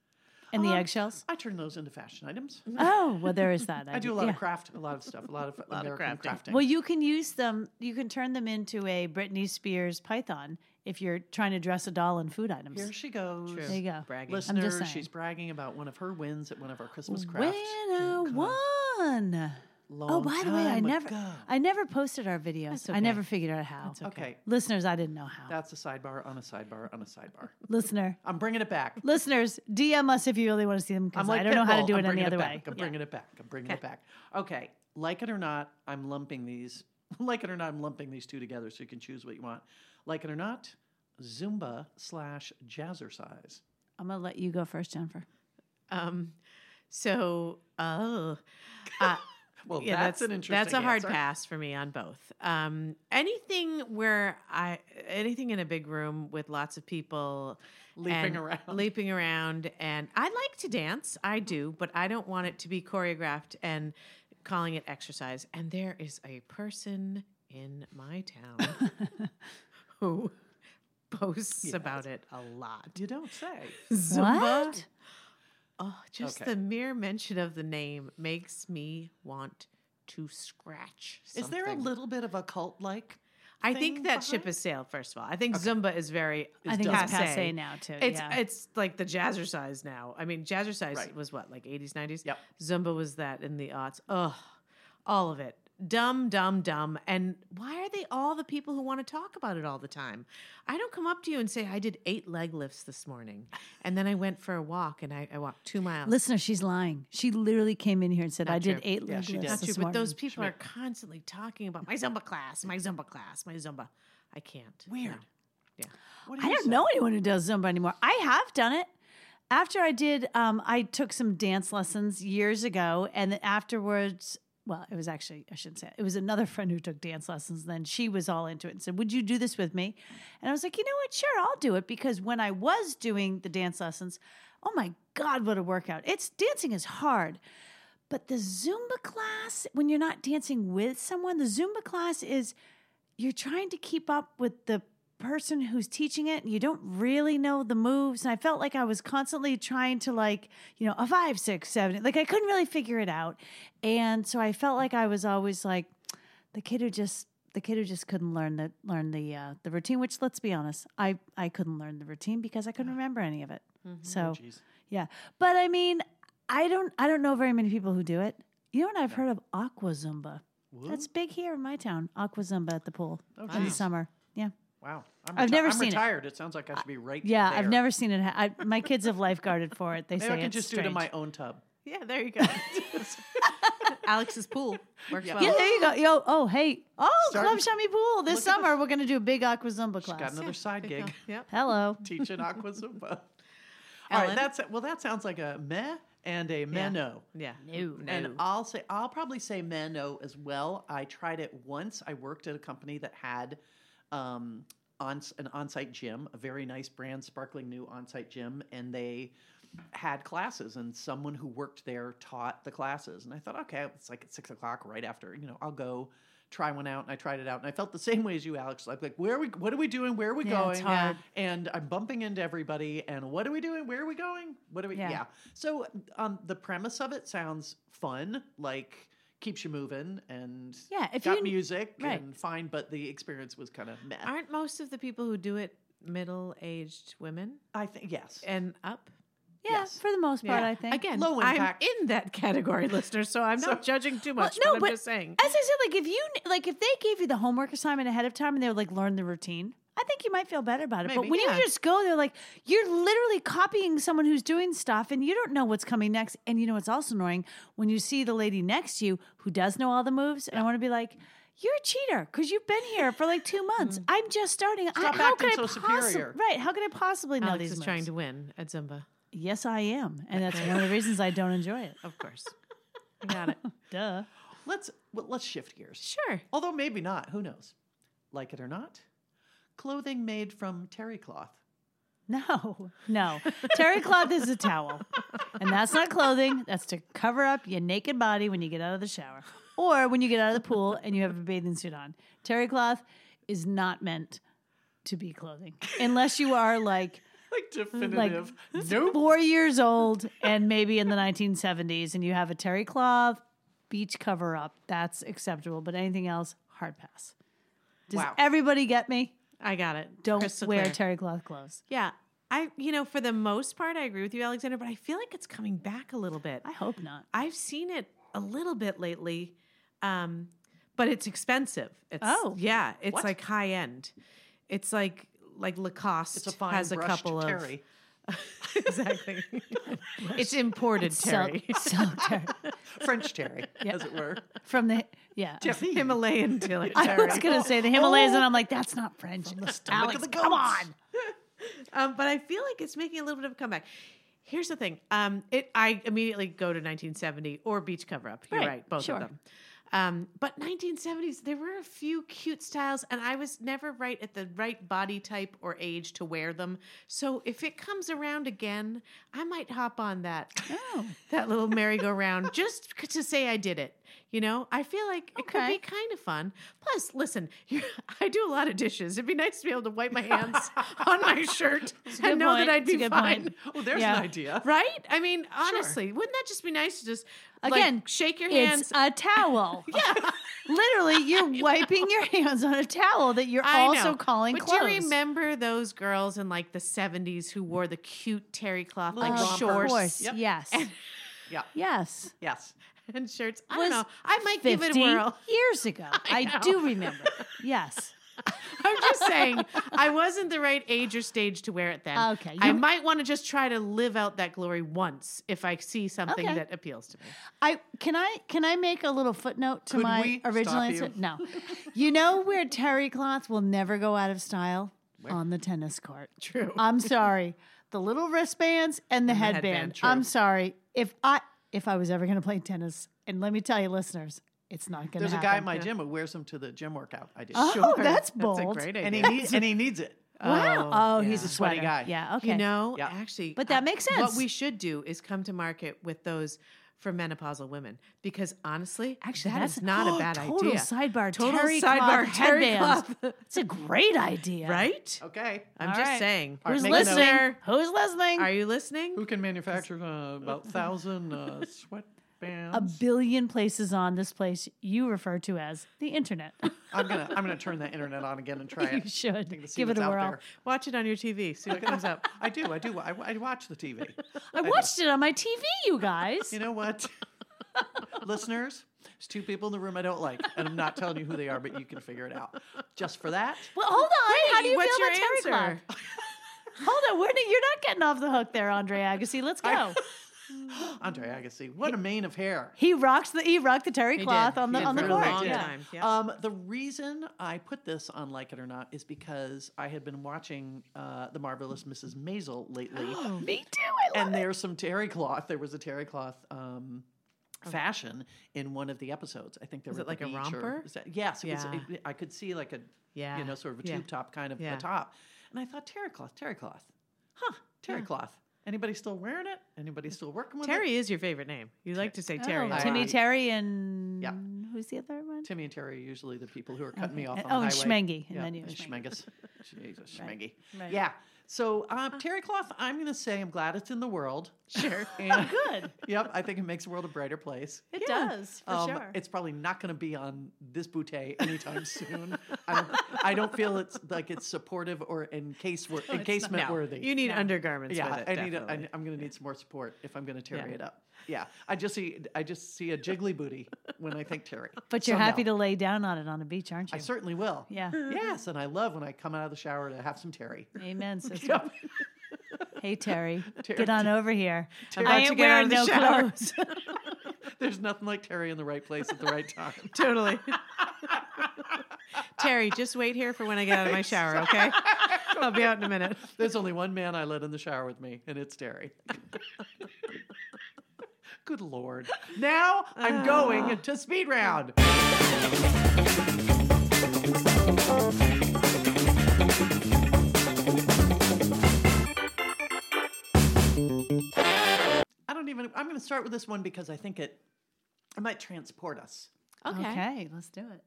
S2: and the
S3: Um,
S2: eggshells.
S3: I turn those into fashion items.
S2: Oh, well, there is that.
S3: I do a lot
S2: yeah.
S3: of craft, a lot of stuff, a lot of
S1: lot of
S3: American crafting.
S1: crafting.
S2: Well, you can use them. You can turn them into a Britney Spears python if you're trying to dress a doll in food items.
S3: Here she goes.
S1: True.
S2: There you go.
S1: bragging
S2: saying.
S3: Listeners, she's bragging about one of her wins at one of our Christmas crafts.
S2: Winner one.
S3: long
S2: Oh, by the way, I
S3: time
S2: never,
S3: ago.
S2: I never posted our video, so I
S1: okay.
S2: never figured out how.
S3: okay.
S2: Listeners, I didn't know how.
S3: That's a sidebar on a sidebar on a sidebar.
S2: Listener,
S3: I'm bringing it back.
S2: listeners, DM us if you really want to see them because
S3: I'm like
S2: I don't know how to
S3: Pitbull.
S2: do
S3: I'm
S2: it any
S3: bringing
S2: other
S3: back.
S2: way.
S3: I'm bringing it back. I'm bringing it back. Okay, like it or not, I'm lumping these. Like it or not, I'm lumping these two together so you can choose what you want. Like it or not, Zumba slash Jazzercise.
S2: I'm gonna let you go first, Jennifer.
S1: Um, so, oh, uh,
S3: Well,
S1: yeah,
S3: that's,
S1: that's,
S3: an interesting.
S1: That's a hard
S3: answer.
S1: pass for me on both. Um, anything where I, anything in a big room with lots of people,
S3: Leaping
S1: and
S3: around.
S1: leaping around, and I like to dance, I do, but I don't want it to be choreographed and calling it exercise. And there is a person in my town who boasts about it a lot.
S3: You don't say.
S1: Zumba.
S2: What?
S1: Oh, just
S3: Okay.
S1: the mere mention of the name makes me want to scratch.
S3: Is there a
S1: something.
S3: little bit of a cult like?
S1: I think
S3: thing
S1: that ship
S3: behind?
S1: has sailed. First of all, I think Zumba is very.
S2: I think
S1: passe.
S2: it's passe now too.
S3: Uh,
S1: It's
S2: yeah.
S1: it's like the jazzercise now. I mean, jazzercise
S3: Right.
S1: was what like eighties, nineties.
S3: Yep.
S1: Zumba was that in the aughts. Ugh, all of it. Dumb, dumb, dumb. And why are they all the people who want to talk about it all the time? I don't come up to you and say I did eight leg lifts this morning, and then I went for a walk and I, I walked two miles.
S2: Listener, she's lying. She literally came in here and said,
S1: Not
S2: "I did
S1: true.
S2: eight
S3: Yeah,
S2: leg
S3: she
S2: lifts
S3: did.
S1: Not
S2: this
S1: true, but those
S2: morning."
S1: people are constantly talking about my Zumba class, my Zumba class, my Zumba. I can't. No.
S3: Weird. What do
S2: I
S3: you
S2: don't
S3: say?
S2: know anyone who does Zumba anymore. I have done it. After I did, um, I took some dance lessons years ago, and then afterwards, well, it was actually I shouldn't say it. it was another friend who took dance lessons. Then she was all into it and said, "Would you do this with me?" And I was like, "You know what? Sure, I'll do it." Because when I was doing the dance lessons, oh my god, what a workout! It's dancing is hard. But the Zumba class, when you're not dancing with someone, the Zumba class is you're trying to keep up with the person who's teaching it and you don't really know the moves. And I felt like I was constantly trying to like, you know, a five, six, seven. Like I couldn't really figure it out. And so I felt like I was always like the kid who just the kid who just couldn't learn the learn the uh, the routine, which let's be honest, I, I couldn't learn the routine because I couldn't remember any of it. So
S3: Oh, Jeez.
S2: yeah. But I mean, I don't I don't know very many people who do it. You know what I've heard of Aqua Zumba. That's big here in my town. Aqua Zumba at the pool in the
S3: geez.
S2: summer. Yeah.
S3: Oh, Wow. I'm
S2: I've never
S3: I'm
S2: seen it.
S3: retired. It. sounds like I should be right
S2: Yeah, I've
S3: there.
S2: never seen it. Ha- I, my kids have lifeguarded for it. They
S3: Maybe
S2: say
S3: I can
S2: it's
S3: just do it in
S2: strange.
S3: my own tub.
S1: Yeah, there you go. Alex's pool works well.
S2: Yeah, there you go. Yo, oh hey, oh
S3: Start-
S2: Club Chummy Pool this
S3: Look at
S2: summer. We're gonna do a big Aqua Zumba
S3: She's got
S2: class.
S3: another side
S1: Good call.
S3: gig.
S1: Yep.
S2: Hello.
S3: teaching aqua zumba. All right,
S1: Ellen?
S3: that's well. That sounds like a meh and a meh no.
S1: Yeah.
S2: No.
S3: And I'll say I'll probably say meh no as well. I tried it once. I worked at a company that had um, on an on-site gym, a very nice brand, sparkling new on-site gym, and they had classes. And someone who worked there taught the classes. And I thought, okay, it's like at six o'clock, right after. You know, I'll go try one out. And I tried it out, and I felt the same way as you, Alex. Like, like where are we? What are we doing? Where are we
S2: Yeah,
S3: going?
S2: it's hard.
S3: and I'm bumping into everybody. And what are we doing? Where are we going? What are we? Yeah.
S2: Yeah.
S3: So um, the premise of it sounds fun, like keeps you moving and
S2: Yeah, if
S3: got
S2: you-
S3: music
S2: right.
S3: and fine. But the experience was kind of meh.
S1: Aren't most of the people who do it middle aged women
S3: I think yes.
S1: and up?
S2: Yeah,
S3: Yes.
S2: for the most part,
S1: Yeah.
S2: I think.
S1: Again,
S3: Low impact.
S1: I'm in that category, listener, so I'm not judging too much.
S2: no,
S1: but,
S2: but-
S1: I'm just saying.
S2: As I said, like if you like if they gave you the homework assignment ahead of time and they were like learn the routine, I think you might feel better about it. but
S1: Maybe,
S2: when
S1: yeah.
S2: you just go there, like you're literally copying someone who's doing stuff and you don't know what's coming next. And you know what's also annoying when you see the lady next to you who does know all the moves, and I want to be like. You're a cheater because you've been here for like two
S1: Mm.
S2: months. I'm just starting. I,
S3: Stop
S2: how
S3: acting
S2: could I
S3: so
S2: possi-
S3: superior.
S2: Right? How could I possibly know
S1: Alex
S2: these
S1: is
S2: moves?
S1: trying to win at Zumba,
S2: yes, I am, and that's one of the reasons I don't enjoy it.
S1: of course. You got it.
S2: Duh.
S3: Let's well, let's shift gears.
S1: Sure.
S3: Although maybe not. Who knows? Like it or not, clothing made from terry cloth.
S2: No, no. Terry cloth is a towel. And that's not clothing. That's to cover up your naked body when you get out of the shower or when you get out of the pool and you have a bathing suit on. Terry cloth is not meant to be clothing unless you are like
S3: Like definitive. nope.
S2: four years old and maybe in the 1970s and you have a terry cloth beach cover up. That's acceptable. But anything else, hard pass. Does
S3: Wow.
S2: everybody get me?
S1: I got it.
S2: Don't
S1: Crystal
S2: wear
S1: clear.
S2: terry cloth clothes.
S1: Yeah. I, you know, for the most part, I agree with you, Alexander, but I feel like it's coming back a little bit.
S2: I hope not.
S1: I've seen it a little bit lately. Um, but it's expensive. It's,
S2: Oh.
S1: yeah, it's
S3: What?
S1: like high end. It's like like Lacoste
S3: It's a fine
S1: has a
S3: brush to
S1: couple of
S3: carry.
S1: exactly. it's imported terry,
S2: Silk, silk terry.
S3: French terry,
S2: Yeah.
S3: as it were.
S2: From the yeah.
S3: Tiffany.
S1: Himalayan terry.
S2: I was gonna say the Himalayas, and I'm like, that's not French.
S3: stomach
S2: Alex,
S3: of the
S2: come
S3: goats.
S2: on.
S1: um, but I feel like it's making a little bit of a comeback. Here's the thing. Um, it I immediately go to 1970 or Beach Cover Up. You're
S2: Right,
S1: right, both
S2: sure.
S1: of them. Um, but 1970s, there were a few cute styles, and I was never right at the right body type or age to wear them. So if it comes around again, I might hop on that that little merry-go-round just c- to say I did it. You know, I feel like it could
S2: Okay.
S1: be kind of fun. Plus, listen, you I do a lot of dishes. It'd be nice to be able to wipe my hands on my shirt
S2: good
S1: and know
S2: point.
S1: that I'd
S2: It's a
S1: be
S2: good
S1: fine.
S2: point.
S3: Oh, there's
S2: Yeah.
S3: an idea.
S1: Right? I mean, honestly, wouldn't that just be nice to just like,
S2: Again,
S1: shake your
S2: It's
S1: hands?
S2: a towel. yeah. Literally, you're wiping your hands on a towel that you're
S1: I
S2: also
S1: know.
S2: calling
S1: But
S2: clothes.
S1: do you remember those girls in like the '70s who wore the cute terry cloth like
S3: Little
S2: Of
S3: romper.
S1: shorts
S2: course,
S3: Yep.
S2: Yes.
S3: Yeah.
S2: Yes.
S3: Yes.
S1: and shirts? I
S2: Was
S1: don't know. I might give it
S2: 50
S1: a whirl.
S2: years ago. I,
S1: know.
S2: do remember. Yes.
S1: I'm just saying, I wasn't the right age or stage to wear it then.
S2: Okay,
S1: I
S2: you-
S1: might want to just try to live out that glory once if I see something
S2: Okay.
S1: that appeals to me.
S2: I can I can I make a little footnote to
S3: Could
S2: my
S3: we
S2: original
S3: stop
S2: answer?
S3: you?
S2: No. You know where terry cloth will never go out of style? On the tennis court.
S1: True.
S2: I'm sorry. The little wristbands and the
S1: headband,
S2: headband.
S1: true.
S2: I'm sorry. If I if I was ever going to play tennis, and let me tell you, listeners, it's not going to.
S3: There's a guy in my gym who wears them to the gym workout I do.
S2: Oh,
S1: That's
S2: that's
S1: a
S2: bold.
S1: great idea.
S3: And he needs and he needs it.
S2: Wow. Oh, he's
S3: yeah.
S2: a
S3: Sweaty
S2: sweater.
S3: guy.
S2: Yeah. Okay.
S1: You know,
S3: Yeah.
S1: actually.
S2: But that
S1: uh,
S2: makes
S1: What
S2: sense.
S1: we should do is come to market with those for menopausal women because honestly,
S2: Actually,
S1: that
S2: that's
S1: is not a bad
S2: total
S1: idea.
S2: Sidebar.
S1: Total
S2: terry
S1: sidebar
S2: Cloth
S1: terry
S2: headbands.
S1: cloth.
S2: It's a great idea.
S1: Right?
S3: Okay.
S1: I'm
S2: All
S1: just
S2: right.
S1: saying.
S3: All right,
S2: Who's
S3: make a note.
S2: listening? Who's listening?
S1: Are you listening?
S3: Who can manufacture uh, about thousand uh, sweatbands?
S2: a billion places on this place you refer to as the internet.
S3: I'm gonna I'm gonna turn the internet on again and try it.
S2: you should
S3: Thing to see
S2: give it
S3: what's
S2: a
S3: out
S2: whirl.
S3: there.
S1: Watch it on your TV. See what comes up.
S3: I do. I do. I, I watch the TV.
S2: I watched it on my TV, you guys.
S3: You know what? Listeners, there's two people in the room I don't like, and I'm not telling you who they are, but you can figure it out. Just for that,
S2: well, hold on. How do you
S1: What's
S2: feel
S1: your
S2: about terry cloth?
S1: answer?
S2: Hold on, Whitney, you're not getting off the hook there, Andre Agassi. Let's go.
S3: Andre Agassi, what a mane of hair.
S2: he rocked the he rocked the terry
S1: He
S2: cloth
S1: did.
S2: on
S1: He
S2: the
S1: did
S2: on the
S1: for a
S2: court.
S1: long
S2: yeah.
S1: time. yeah.
S3: Um, the reason I put this on Like It or Not is because I had been watching uh, The Marvelous Mrs. Maisel lately.
S1: Oh.
S2: Me too. I love
S3: and there's some terry cloth. There was a terry cloth um, fashion in one of the episodes. I think there
S1: Oh. Was
S3: was
S1: it like a romper?
S3: Is that, yes, it was,
S1: Yeah.
S3: it- I could see like a
S1: Yeah.
S3: you know sort of a
S1: Yeah.
S3: tube top kind of
S1: Yeah.
S3: a top, and I thought terry cloth, terry cloth, huh? Terry cloth. Anybody still wearing it? Anybody still working with it?
S1: Terry is your favorite name. You like to say Terry.
S2: Oh,
S1: a lot.
S2: Timmy
S3: Alright.
S2: Terry and
S3: Yeah.
S2: who's the other one?
S3: Timmy and Terry are usually the people who are cutting me off.
S2: And-
S3: on
S2: oh,
S3: the
S2: and
S3: highway.
S2: Schmengi, and then you have Schmengi.
S3: Schmengus. Jesus,
S2: Right.
S3: Schmengi.
S2: Right.
S3: Yeah. So uh, terry cloth. I'm going to say I'm glad it's in the world.
S1: Sure.
S3: And,
S2: Oh, Good.
S3: yep, I think it makes the world a brighter place.
S2: It does, for
S3: Um,
S2: sure.
S3: It's probably not going to be on this bootay anytime soon. I don't, I don't feel it's like it's supportive or encase wor-
S2: Oh,
S3: encasement
S1: No,
S3: worthy.
S1: You need undergarments
S3: yeah,
S1: with it.
S3: I need. A, I,
S1: definitely.
S3: I'm going to need some more support if I'm going to tear it up. Yeah, I just see. I just see a jiggly booty when I think Terry.
S2: But you're
S3: So no.
S2: happy to lay down on it on a beach, aren't
S3: I
S2: you?
S3: certainly will.
S2: Yeah.
S3: Yes, and I love when I come out of the shower to have some Terry.
S2: Amen, sister.
S3: Yep.
S2: Hey Terry,
S3: Terry-
S2: get on over here.
S3: Terry-
S2: I
S1: About to
S2: ain't
S1: get out
S2: wearing
S1: of
S2: no
S1: the shower.
S2: clothes.
S3: There's nothing like Terry in the right place at the right time.
S1: Totally. Terry, just wait here for when I get out of my shower, okay? I'll be out in a minute.
S3: There's only one man I let in the shower with me, and it's Terry. Good lord. Now I'm going to speed round. I don't even, I'm going to start with this one because I think it, it might transport us.
S2: okay, let's do it.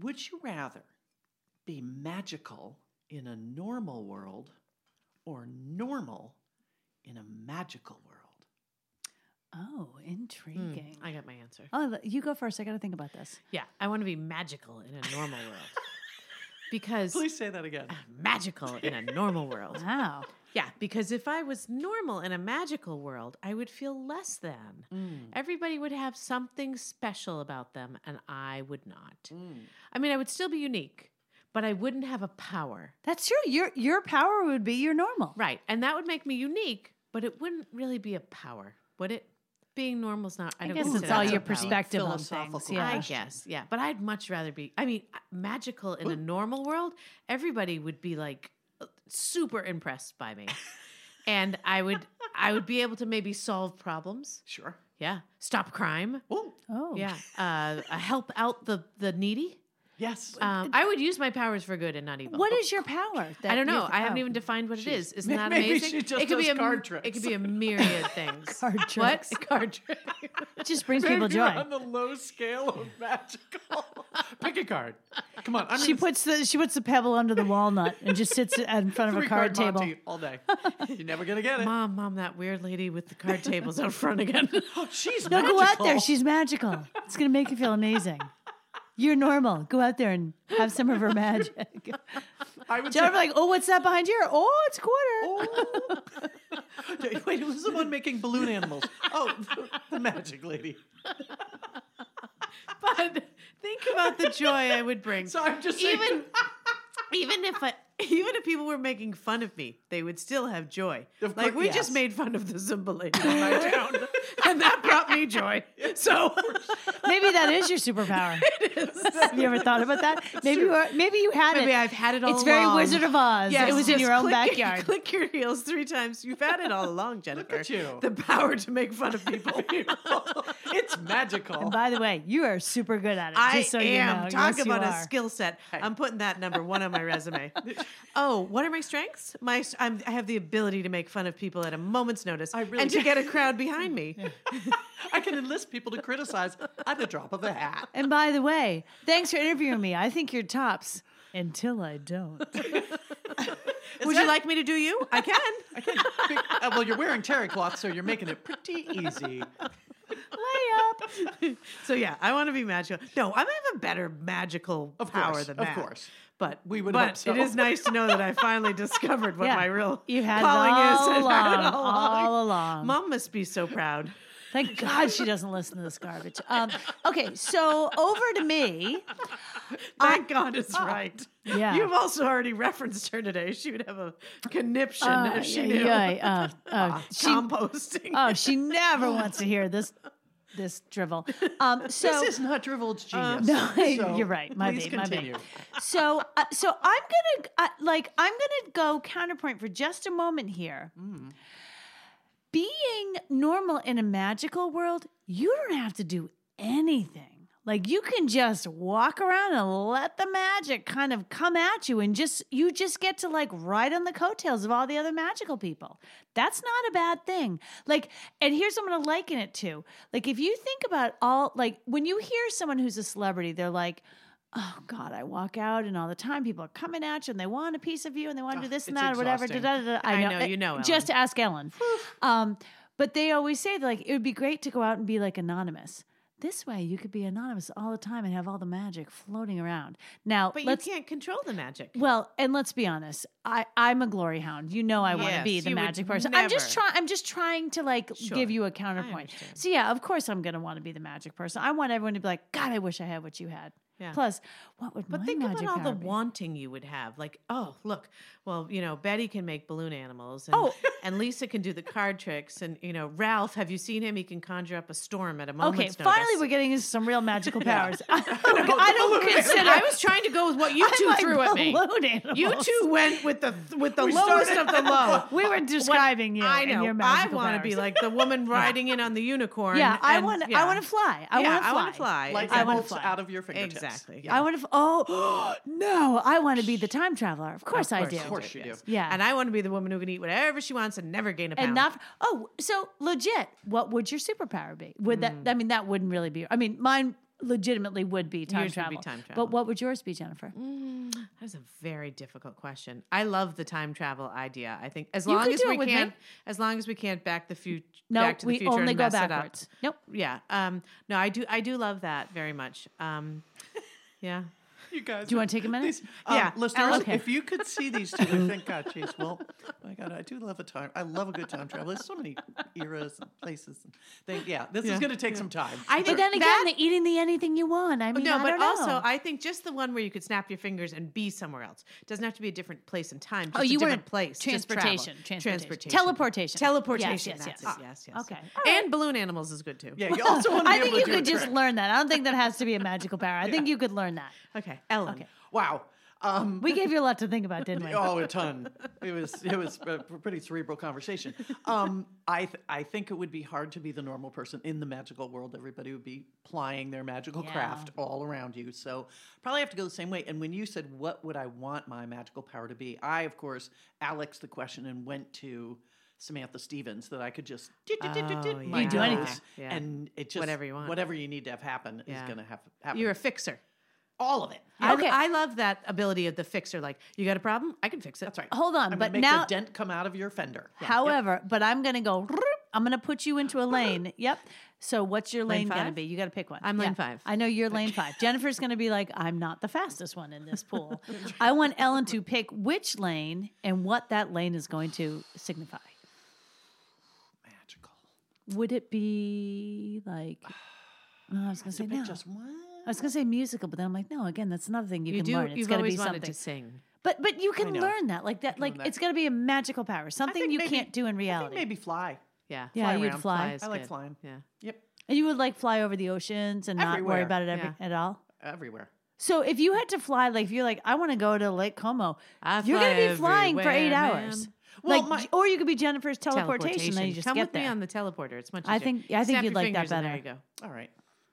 S3: Would you rather be magical in a normal world or normal in a magical world?
S2: Oh, intriguing.
S1: Hmm. I got my answer.
S2: Oh, you go first. I got to think about this.
S1: Yeah, I want to be magical in a normal world. because
S3: Please say that again.
S1: magical in a normal world.
S2: Wow.
S1: Yeah, because if I was normal in a magical world, I would feel less than.
S3: Mm-hmm.
S1: Everybody would have something special about them, and I would not. I mean, I would still be unique, but I wouldn't have a power.
S2: That's true. Your your power would be your normal.
S1: Right. And that would make me unique, but it wouldn't really be a power, would it? Being normal's not, I,
S2: I
S1: don't
S2: guess
S1: consider
S2: it's all
S1: that
S2: your
S1: a power.
S2: perspective on
S3: philosophical
S2: things. Yeah.
S1: I guess, yeah. But I'd much rather be. I mean, uh, magical in a normal world, everybody would be like uh, super impressed by me, and I would, I would be able to maybe solve problems.
S3: Sure.
S1: Yeah, stop crime.
S3: Oh,
S2: Oh.
S1: Yeah, uh, uh, help out the the needy.
S3: yes.
S1: Um, I would use my powers for good and not evil.
S2: What is your power?
S1: I don't
S2: you
S1: know.
S2: have to-
S1: I haven't
S2: oh.
S1: even defined what it is. Isn't
S3: May-
S1: that
S3: maybe
S1: amazing?
S3: she just
S1: it could be
S3: does
S1: a m-
S3: card
S1: It
S3: tricks.
S1: could be a myriad things.
S2: Card
S1: What
S2: tricks.
S1: card trick?
S2: It just brings
S3: Maybe
S2: people
S3: you're
S2: joy.
S3: on the low scale of magical. Pick a card. Come on. I'm
S2: She
S3: gonna-
S2: puts the she puts the pebble under the walnut and just sits it in front of a card
S3: three-card
S2: table.
S3: Monty all day. You're never gonna get it.
S1: Mom, mom, that weird lady with the card tables out front again.
S3: Oh, She's
S2: No,
S3: magical.
S2: go out there. She's magical. It's gonna make you feel amazing. You're normal. Go out there and have some of her magic.
S3: I would
S2: Jennifer,
S3: say,
S2: like, oh, what's that behind here? Oh, it's a quarter.
S3: Okay, Wait, who's the one making balloon animals? Oh, the, the magic lady.
S1: but think about the joy I would bring.
S3: So I'm just saying.
S1: even even if I even if people were making fun of me, they would still have joy.
S3: Of
S1: like
S3: course,
S1: we
S3: yes.
S1: just made fun of the Zumba lady in my town, and that brought me joy. So
S2: Maybe that is your superpower. Have you ever thought about that? Maybe you are, maybe you had
S1: maybe
S2: it.
S1: I've had it all.
S2: it's very
S1: along.
S2: Wizard of Oz.
S1: Yes,
S2: it was in
S1: just
S2: your own
S1: click-
S2: backyard.
S1: Click your heels three times. You've had it all along, Jennifer.
S3: at you.
S1: The power to make fun of people.
S3: it's magical.
S2: By the way, you are super good at it.
S1: I
S2: just so
S1: am.
S2: you know.
S1: Talk
S2: Yes, you
S1: about a
S2: are.
S1: skill set. I'm putting that number one on my resume. oh, what are my strengths? My s- I'm, I have the ability to make fun of people at a moment's notice,
S3: I really
S1: and to get a crowd behind me.
S3: I can enlist people to criticize at the drop of a hat.
S2: And by the way, thanks for interviewing me. I think you're tops. Until I don't.
S1: Would you like me to do you? I can.
S3: I can't. Think, uh, well, you're wearing terry cloth, so you're making it pretty easy.
S2: Lay up.
S1: so yeah, I want to be magical. No, I'm gonna have a better magical
S3: Of
S1: power
S3: course,
S1: than
S3: of
S1: that.
S3: course.
S1: But
S3: We would
S1: but
S3: hope so.
S1: it is nice to know that I finally discovered what
S2: Yeah.
S1: my real
S2: You had it
S1: calling
S2: all
S1: is. I had it
S2: along, all along.
S1: Mom must be so proud.
S2: Thank God she doesn't listen to this garbage. Um, okay, so over to me.
S1: Thank God it's right.
S2: Yeah.
S1: You've also already referenced her today. She would have a conniption
S2: Uh,
S1: if she
S2: yeah,
S1: knew.
S2: yeah, uh, uh, she-
S1: Composting.
S2: oh, she never wants to hear this this drivel. Um, so um,
S3: this is not drivel, it's genius.
S2: no, you're right. My
S3: please
S2: bad, my bad.
S3: continue.
S2: so uh, so i'm gonna uh, like i'm gonna go counterpoint for just a moment here being normal in a magical world you don't have to do anything like you can just walk around and let the magic kind of come at you and just you just get to like ride on the coattails of all the other magical people that's not a bad thing like and here's what i'm gonna liken it to like if you think about all like when you hear someone who's a celebrity they're like oh God, I walk out and all the time people are coming at you and they want a piece of you and they want to do this and
S3: it's
S2: that or whatever.
S3: exhausting.
S2: da-da-da-da.
S1: I know, you know,
S2: eh, Just to ask Ellen. um, but they always say that, like it would be great to go out and be like anonymous. This way, you could be anonymous all the time and have all the magic floating around. Now,
S1: but you
S2: let's
S1: can't control the magic.
S2: well, and let's be honest. I I'm a glory hound. You know I want to
S1: Yes,
S2: be the
S1: you would
S2: magic person. I'm just
S1: never.
S2: trying I'm just trying to like
S1: Sure.
S2: give you a counterpoint.
S1: understand.
S2: So yeah, of course I'm going to want to be the magic person. I want everyone to be like, "God, I wish I had what you had."
S1: Yeah.
S2: Plus, what would
S1: But
S2: my
S1: think about
S2: magic
S1: all the
S2: power be?
S1: wanting you would have. Like, oh, look, well, you know, Betty can make balloon animals. And,
S2: Oh.
S1: and Lisa can do the card tricks. And, you know, Ralph, have you seen him? He can conjure up a storm at a moment's
S2: Okay,
S1: notice.
S2: finally we're getting into some real magical powers. I don't,
S3: No,
S2: I don't
S3: balloon
S2: consider
S1: I was trying to go with what you
S2: I'm
S1: two
S2: like
S1: threw at me.
S2: balloon animals.
S1: You two went with the with the
S3: We
S1: lowest
S3: started-
S1: of the low.
S2: We were describing you.
S1: I
S2: and
S1: know.
S2: your
S1: I
S2: magical
S1: want to be
S2: powers.
S1: like the woman riding in on the unicorn.
S2: Yeah, I
S1: and-
S2: want.
S1: yeah.
S2: I want to fly. I
S1: Yeah,
S2: want to fly.
S1: I wanna fly.
S3: Like
S1: I
S3: I
S2: wanna
S3: wolves
S2: fly.
S3: out of your fingertips.
S1: Exactly.
S3: Yeah.
S2: I want to. Oh no! I want to be the time traveler. Of course, I do.
S3: Of course you do.
S2: Yeah.
S1: And I want to be the woman who can eat whatever she wants and never gain a pound.
S2: And not oh, so legit. What would your superpower be? Would
S1: Hmm.
S2: that? I mean, that wouldn't really be. I mean, mine legitimately would be time
S1: Yours would be
S2: travel.
S1: time travel. Mm.
S2: But what would yours be, Jennifer?
S1: That is a very difficult question. I love the time travel idea. I think as
S2: You
S1: long
S2: could
S1: as
S2: do it
S1: we
S2: with me.
S1: can't, as long as we can't back the future,
S2: No,
S1: back to the
S2: we
S1: future
S2: only
S1: and
S2: go
S1: mess it up.
S2: backwards. Nope.
S1: Yeah. Um, no, I do. I do love that very much. Um, yeah.
S3: You guys.
S2: Do you wanna take a minute? Oh,
S3: These,
S1: Yeah,
S3: um, Listeners,
S2: okay.
S3: if you could see these two, I think, God, jeez, well, oh my God, I do love a time. I love a good time travel. There's so many eras and places. And things. Yeah, this
S1: Yeah,
S3: is going to take some time.
S1: I
S2: But
S1: think
S2: then again,
S1: that-
S2: the eating the anything you want. I mean,
S1: no,
S2: I
S1: but
S2: don't
S1: also
S2: know.
S1: I think just the one where you could snap your fingers and be somewhere else doesn't have to be a different place and time. Just
S2: oh, you
S1: a
S2: want
S1: different place. just travel.
S2: Transportation, transportation,
S1: transportation,
S2: teleportation,
S1: teleportation.
S2: Yes,
S1: that's
S2: yes, yes.
S1: it, yes, yes.
S2: Okay.
S1: And balloon animals is good too.
S3: yeah, you also want to be
S2: I think
S3: able
S2: you
S3: to do
S2: could
S3: it
S2: just
S3: right.
S2: learn that. I don't think that has to be a magical power. I think you could learn that.
S1: Okay, Ellen.
S2: Okay.
S3: Wow. Um,
S2: We gave you a lot to think about, didn't we?
S3: Oh, a ton. It was it was a p- pretty cerebral conversation. Um, I th- I think it would be hard to be the normal person in the magical world. Everybody would be plying their magical
S2: Yeah.
S3: craft all around you. So probably have to go the same way. And when you said what would I want my magical power to be, I of course Alex the question and went to Samantha Stevens that I could just do
S1: Oh, yeah.
S2: You do anything.
S1: Yeah.
S3: and it just
S1: Whatever you want.
S3: whatever you need to have happen
S1: Yeah.
S3: is going to have happen.
S1: You're a fixer.
S3: all of it.
S1: I-
S2: Okay.
S1: I, love that ability of the fixer. Like, you got a problem? I can fix it.
S3: That's right.
S2: Hold on,
S3: I'm
S2: but
S3: gonna make
S2: now-
S3: the dent come out of your fender.
S2: However, but I'm going to go. I'm going to put you into a lane. Yep. So what's your lane,
S1: Lane
S2: going to
S1: five?
S2: be? You got to pick one.
S1: I'm lane five.
S2: I know you're lane five. Jennifer's going to be like, I'm not the fastest one in this pool. I want Ellen to pick which lane and what that lane is going to signify.
S3: magical.
S2: Would it be like? No, I was going to say
S3: Pick
S2: no.
S3: just one.
S2: I was going to say musical, but then I'm like, no. Again, that's another thing you,
S1: You
S2: can
S1: do.
S2: learn. It's
S1: you've
S2: got to
S1: always
S2: be
S1: wanted
S2: something.
S1: to sing.
S2: But but you can
S3: know.
S2: learn that like that like
S3: learn that.
S2: it's got to be a magical power, something
S3: think
S2: you
S3: maybe-
S2: can't do in
S3: I think
S2: reality.
S3: maybe fly.
S1: Yeah.
S2: yeah,
S3: fly
S2: you'd
S3: around.
S2: fly.
S1: is
S3: I like
S1: good.
S3: flying.
S1: Yeah.
S3: Yep,
S2: And you would like fly over the oceans and not worry
S3: Everywhere.
S2: about it every,
S1: Yeah.
S2: at all.
S3: everywhere.
S2: So if you had to fly, like if you're like, I want to go to Lake Como,
S1: I
S2: you're going
S1: fly
S2: to be flying for eight
S1: everywhere,
S2: hours.
S1: man.
S3: Well,
S2: like,
S3: my-
S2: or you could be Jennifer's teleportation, and you just
S1: Come
S2: get
S1: with me
S2: there.
S1: on the teleporter. It's much.
S2: I
S1: easier.
S2: think- I think
S1: Snap
S2: you'd
S1: your
S2: like that
S1: fingers and
S2: better.
S1: There you go.
S3: All right.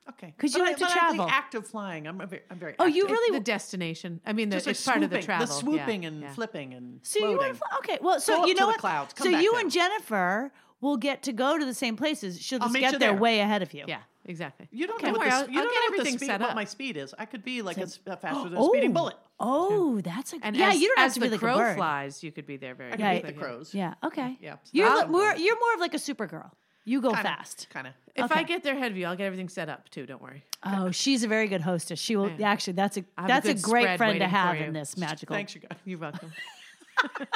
S3: Okay.
S2: 'Cause you
S3: But I-
S2: like to
S3: but I
S2: travel.
S3: like the act of flying. I'm a very, I'm very
S2: Oh, you
S3: active.
S2: really-
S1: the destination. I mean, the,
S3: Just like
S1: it's part of the
S3: swooping,
S1: travel.
S3: The
S1: Yeah,
S3: swooping and
S1: yeah.
S3: flipping and
S2: so you
S3: floating.
S2: want to fly? Okay, well, so
S3: Go up
S2: you
S3: to
S2: know
S3: the
S2: what?
S3: clouds. Come
S2: so
S3: back
S2: you
S3: down.
S2: and Jennifer will get to go to the same places. She'll
S3: I'll
S2: just
S3: meet
S2: get
S3: you
S2: there
S3: there.
S2: way ahead of you.
S1: Yeah, exactly.
S3: You don't
S1: Okay,
S3: know what,
S1: worry,
S3: the,
S1: I'll-
S3: sp- you
S1: I'll
S3: don't
S1: get
S3: know what, the
S1: everything
S3: speed,
S1: set
S3: what
S1: up.
S3: my speed is. I could be like a, s- a faster than a
S2: Oh,
S3: speeding bullet.
S2: Oh, that's a
S1: And
S2: yeah.
S1: as,
S2: you don't have
S1: as
S2: to be
S1: the
S2: like
S1: crow
S2: a bird.
S1: flies, you could be there very.
S3: I could
S2: Yeah,
S3: beat
S1: quickly.
S3: the crows.
S2: Yeah. Okay.
S3: Yeah, so
S2: You're
S3: that's
S2: li-
S3: a
S2: more you're more of like a supergirl. You go fast.
S3: Kind of.
S1: If
S2: Okay.
S1: I get there ahead of you, I'll get everything set up too. Don't worry.
S2: Oh, she's a very good hostess. She will
S1: Yeah.
S2: actually. That's a
S1: I have a
S2: that's a,
S1: good
S2: great
S1: spread
S2: friend to
S1: waiting for
S2: have
S1: you.
S2: in this magical.
S3: Thanks, you guys.
S1: You're welcome.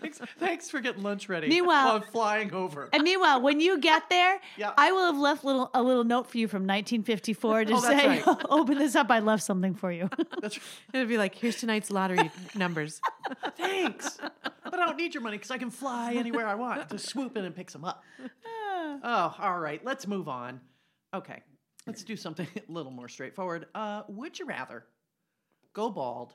S3: Thanks, thanks for getting lunch ready.
S2: Meanwhile-
S3: while I'm flying over.
S2: And meanwhile, when you get there,
S3: Yeah.
S2: I will have left little a little note for you from 1954 to
S3: Oh, that's
S2: say,
S3: right.
S2: "Open this up. I left something for you."
S3: That's right.
S1: It'd be like, here's tonight's lottery numbers.
S3: Thanks. but I don't need your money because I can fly anywhere I want. Just swoop in and pick some up.
S2: Ah.
S3: oh, all right. Let's move on. Okay. Let's do something a little more straightforward. Uh, would you rather go bald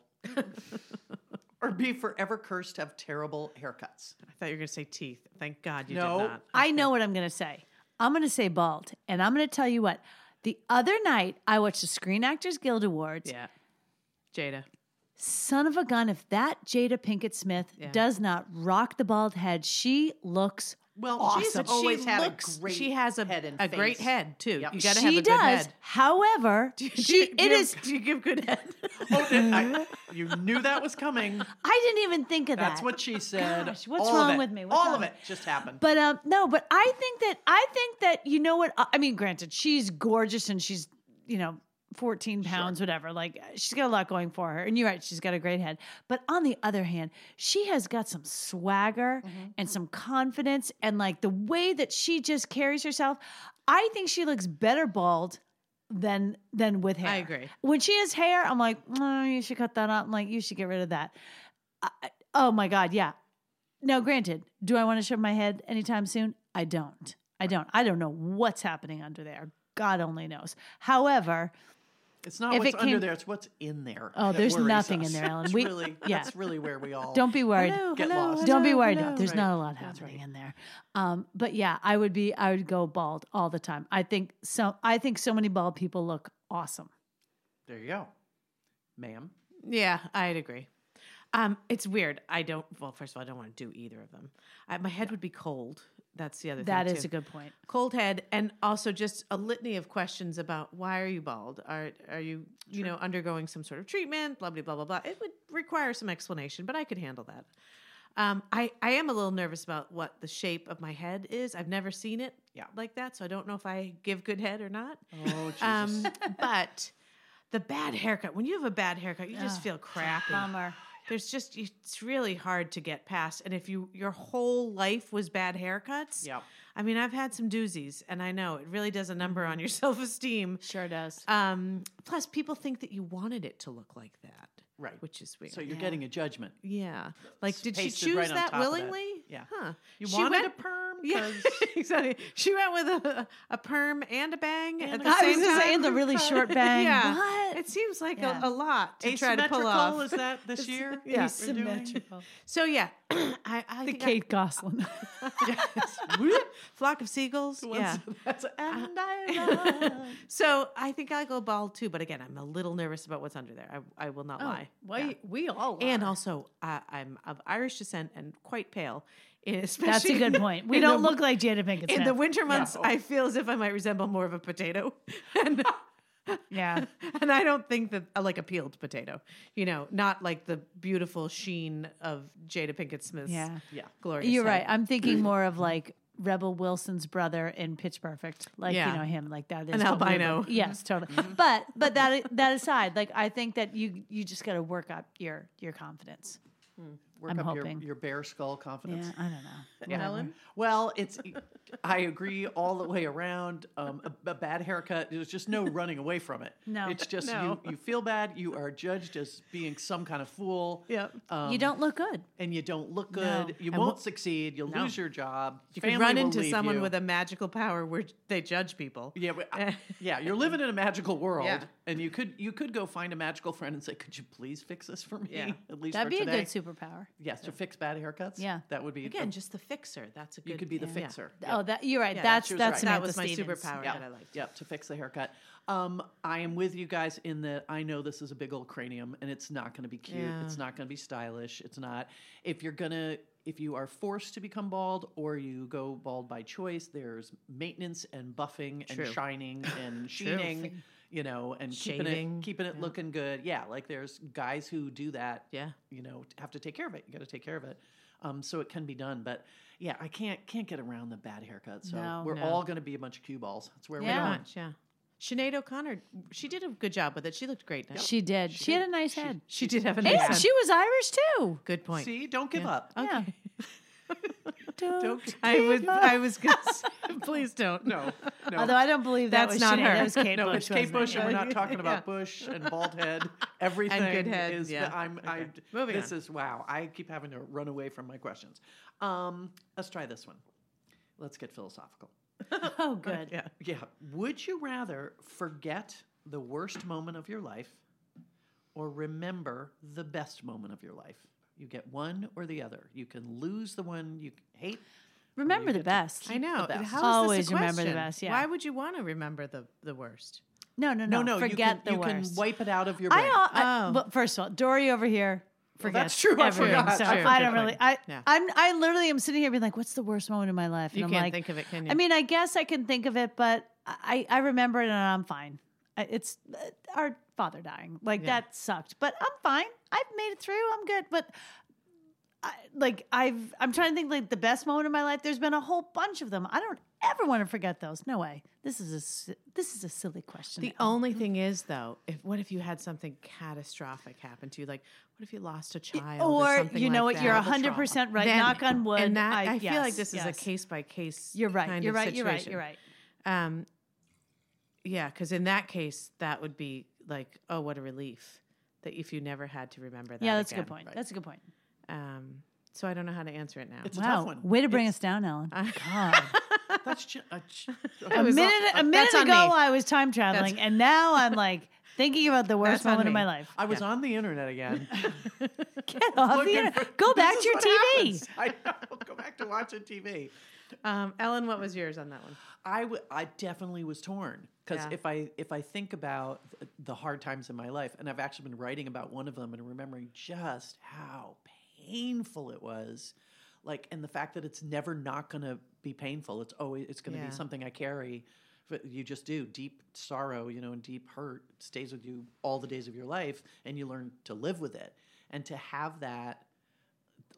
S3: or be forever cursed to have terrible haircuts?
S1: I thought you were going to say teeth. Thank God you
S3: No.
S1: did not.
S2: I know what I'm going to say. I'm going to say bald, and I'm going to tell you what. The other night, I watched the Screen Actors Guild Awards.
S1: Yeah. Jada.
S2: Son of a gun! If that Jada Pinkett Smith does not rock the bald head, she looks
S3: Well, she's
S2: Awesome.
S3: always
S1: she
S3: had
S1: looks,
S3: a great
S1: she has a,
S3: head and
S1: a great
S3: face.
S1: head too.
S3: Yep.
S1: You got to have
S2: she
S1: a good
S2: does.
S1: head.
S2: However, she
S1: Do
S2: it
S1: you-
S2: is.
S1: Do you give good head?
S3: Oh, I- you knew that was coming.
S2: I didn't even think of
S3: That's
S2: that.
S3: what she said.
S2: Gosh, what's
S3: All of
S2: wrong
S3: it.
S2: with me? What's
S3: All
S2: wrong
S3: of
S2: with
S3: it just happened.
S2: But um, no, but I think that I think that you know what I I mean. Granted, she's gorgeous and she's you know fourteen pounds, whatever. Like she's got a lot going for her, and you're right, she's got a great head. But on the other hand, she has got some swagger and some confidence, and like the way that she just carries herself, I think she looks better bald. Than than with hair.
S1: I agree.
S2: When she has hair, I'm like, "Oh, you should cut that up. I'm like, you should get rid of that. I, I- oh my god, yeah. Now, granted, do I want to shove my head anytime soon? I don't. I don't. I don't know what's happening under there. God only knows. However,
S3: It's not
S2: If
S3: what's
S2: it
S3: under
S2: came-
S3: there; it's what's in there.
S2: Oh,
S3: that
S2: there's
S3: worries
S2: nothing
S3: us.
S2: in there, Ellen.
S3: It's
S2: We-
S3: really,
S2: yeah.
S3: that's really where we all
S2: don't be worried.
S3: get lost.
S2: Don't be worried. No, there's
S3: Right.
S2: not a lot happening in there. Um, but yeah, I would be. I would go bald all the time. I think so. I think so many bald people look awesome.
S3: There you go, ma'am.
S1: Yeah, I'd agree. Um, it's weird. I don't. Well, first of all, I don't want to do either of them. I, my head would be cold. That's the other thing.
S2: That is
S1: too.
S2: a good point.
S1: cold head, and also just a litany of questions about why are you bald? Are are you you know undergoing some sort of treatment? Blah blah blah blah blah. It would require some explanation, but I could handle that. Um, I I am a little nervous about what the shape of my head is. I've never seen it
S3: Yeah.
S1: like that, so I don't know if I give good head or not.
S3: Oh, Jesus.
S1: Um, but the bad haircut. When you have a bad haircut, you just
S2: Ugh.
S1: feel crappy.
S3: Um,
S2: Bummer.
S1: There's just it's really hard to get past. And if you your whole life was bad haircuts,
S3: Yep.
S1: I mean, I've had some doozies, and I know it really does a number
S3: Mm-hmm.
S1: on your self esteem.
S2: Sure does.
S1: Um, plus, people think that you wanted it to look like that,
S3: Right.
S1: which is weird.
S3: So you're
S2: Yeah.
S3: getting a judgment.
S1: yeah, like did she
S3: pasted
S1: choose
S3: right on
S1: that
S3: top of that.
S1: willingly?
S3: Yeah.
S1: huh?
S3: You
S1: She
S3: wanted
S1: went-
S3: a perm
S1: Yeah,
S3: because
S1: exactly. She went with a, a perm and a bang at
S3: And
S1: the
S3: a- I
S1: same
S2: was gonna say,
S1: time.
S2: and the really short bang.
S1: yeah,
S2: What?
S1: it seems like
S2: Yeah.
S1: a, a lot to try to
S3: asymmetrical
S1: pull off.
S3: is that this year?
S1: yeah.
S3: we're doing?
S2: Asymmetrical.
S1: so yeah, I, I
S2: The
S1: think I-
S2: Kate Goslin.
S3: Yes. Whoop.
S1: flock of seagulls.
S3: Once-
S1: Yeah.
S3: That's and I love.
S1: So I think I go bald too, but again, I'm a little nervous about what's under there. I, I will not lie.
S2: Why
S1: Yeah.
S2: Oh, we all
S1: And also, I I'm of Irish descent and quite pale. Especially
S2: That's a good point. We
S1: in
S2: don't
S1: the-
S2: look like Jada Pinkett
S1: In
S2: Smith.
S1: the winter months,
S3: No.
S1: I feel as if I might resemble more of a potato, and,
S2: yeah.
S1: and I don't think that uh, like a peeled potato, you know, not like the beautiful sheen of Jada Pinkett Smith's
S2: Yeah.
S3: Yeah.
S1: glorious.
S2: You're right.
S1: head.
S2: I'm thinking more of like Rebel Wilson's brother in Pitch Perfect, like
S1: Yeah.
S2: you know him, like that is
S1: An
S2: what we look
S1: albino.
S2: like. Yes, totally. But but that that aside, like I think that you you just got to work up your your confidence.
S3: Work
S2: I'm
S3: up
S2: hoping.
S3: your your bare skull
S2: Yeah,
S3: confidence.
S2: I don't know.
S1: Ellen?
S3: Well, it's I agree all the way around. Um, a, a bad haircut. There's just no running away from it.
S2: No.
S3: it's just
S1: No.
S3: you. You feel bad. You are judged as being some kind of fool.
S1: Yep.
S3: Um,
S2: you don't look good.
S3: and you don't look good.
S2: No.
S3: You
S1: And
S3: won't
S1: wh-
S3: succeed. You'll
S1: No.
S3: lose your job.
S1: You can
S3: Family
S1: run
S3: will
S1: into
S3: leave
S1: someone
S3: you.
S1: with a magical power where they judge people.
S3: Yeah, but I- yeah, you're living in a magical world,
S1: Yeah.
S3: and you could you could go find a magical friend and say, "Could you please fix this for me?
S1: Yeah.
S3: At least
S2: That'd
S3: for
S2: be
S3: today."
S2: a good superpower.
S3: yes, to fix bad haircuts.
S2: Yeah.
S3: that would be
S1: Again, just the fixer. That's a good.
S3: you could be the
S1: yeah.
S3: fixer.
S2: Oh, that you're right.
S1: Yeah,
S2: that's
S3: she was
S2: that's
S3: right.
S1: That was
S2: Samantha
S1: my
S2: Stevens.
S1: superpower
S3: Yeah.
S1: that I liked.
S3: Yep, to fix the haircut. Um, I am with you guys in that I know this is a big old cranium and it's not going to be cute.
S1: Yeah.
S3: It's not going to be stylish. It's not. If you're going to, if you are forced to become bald or you go bald by choice, there's maintenance and buffing and
S1: True.
S3: shining and sheening, you know, and keeping
S1: Shaving,
S3: it, keeping it
S1: yeah.
S3: looking good. Yeah, like there's guys who do that
S1: Yeah.
S3: you know have to take care of it you got to take care of it um, so it can be done but yeah i can't can't get around the bad haircut so
S2: No.
S3: we're
S1: No.
S3: all going to be a bunch of cue balls that's where
S1: Pretty
S2: Yeah.
S3: we are
S1: much, yeah. Sinead O'Connor, she did a good job with it. She looked great. in it.
S2: She did. She, had a nice head.
S1: She did have a nice
S2: And
S1: head.
S2: she was Irish too.
S1: Good point.
S3: see don't give up
S2: Yeah.
S3: don't
S1: I was I was gonna say, please don't.
S3: no no
S2: Although I don't believe that
S1: That's
S2: was
S1: not
S2: Sinead.
S1: her.
S2: That was Kate
S3: no,
S2: Bush.
S3: it's Kate
S2: wasn't it?
S3: Bush, and we're not
S1: Yeah.
S3: talking about
S1: Yeah.
S3: Bush and bald head. Everything
S1: head,
S3: is.
S1: yeah.
S3: The, I'm. I,
S1: Okay. Moving
S3: this
S1: on.
S3: is wow. I keep having to run away from my questions. Um, let's try this one. Let's get philosophical.
S2: Oh, good.
S1: Yeah.
S3: Yeah. Would you rather forget the worst moment of your life or remember the best moment of your life? You get one or the other. You can lose the one you hate.
S2: Remember the
S3: get to
S2: best.
S1: I know.
S3: the best.
S1: How is
S2: Always
S1: this a
S2: remember the
S1: question?
S2: best, yeah.
S1: Why would you want to remember the the worst?
S2: No, no, no. Forget
S3: you can,
S2: the
S3: you
S2: worst.
S3: can wipe it out of your brain.
S2: I, al- I
S1: Oh.
S2: but first of all, Dory over here.
S3: Well,
S2: Forget
S3: that's true. I
S2: Everything.
S3: forgot.
S2: So
S1: True.
S2: I don't
S1: Good
S2: really.
S1: point.
S2: I
S1: Yeah.
S2: I'm I literally am sitting here being like, what's the worst moment in my life? And
S1: You
S2: I'm
S1: can't
S2: like,
S1: think of it, can you?
S2: I mean, I guess I can think of it, but I I remember it and I'm fine. I, it's uh, our father dying. Like
S1: Yeah.
S2: that sucked, but I'm fine. I've made it through. I'm good. But I, like I've I'm trying to think like the best moment of my life. There's been a whole bunch of them. I don't ever want to forget those. No way. This is a si- this is a silly question.
S1: the only thing is though, if what if you had something catastrophic happen to you? Like what if you lost a child? Or,
S2: or
S1: something
S2: you know
S1: like
S2: what? You're
S1: that?
S2: 100 percent right.
S1: Then-
S2: Knock on wood.
S1: And that I, feel like
S2: yes,
S1: this is a
S2: yes.
S1: case by case.
S2: You're right.
S1: kind
S2: You're
S1: of
S2: right. You're right.
S1: situation.
S2: You're right.
S1: Um, yeah, because in that case, that would be like, oh, what a relief that if you never had to remember that.
S2: Yeah, that's a
S1: again.
S2: good point. That's a good point.
S1: Um, so I don't know how to answer it now.
S3: It's a
S2: Wow,
S3: tough one.
S2: way to bring us down, Ellen. God.
S3: That's ju- a ch-
S2: a
S1: was
S2: minute,
S1: all-
S2: a
S1: that's
S2: minute
S1: on
S2: ago,
S1: me.
S2: I was time traveling, and now I'm like thinking about the worst
S1: That's on
S2: moment of
S1: me.
S2: my life.
S3: I was on the internet again.
S2: Get off the
S3: Looking
S2: internet.
S3: for-
S2: Go
S3: This
S2: back
S3: is
S2: to your
S3: what
S2: TV.
S3: happens. I know. Go back to watching TV.
S1: Um, Ellen, what was yours on that one?
S3: I, w- I definitely was torn because
S1: Yeah.
S3: if I if I think about th- the hard times in my life, and I've actually been writing about one of them and remembering just how painful it was, like, and the fact that it's never not going to be painful. It's always it's going to
S1: Yeah.
S3: be something I carry. But you just do deep sorrow, you know, and deep hurt stays with you all the days of your life, and you learn to live with it. And to have that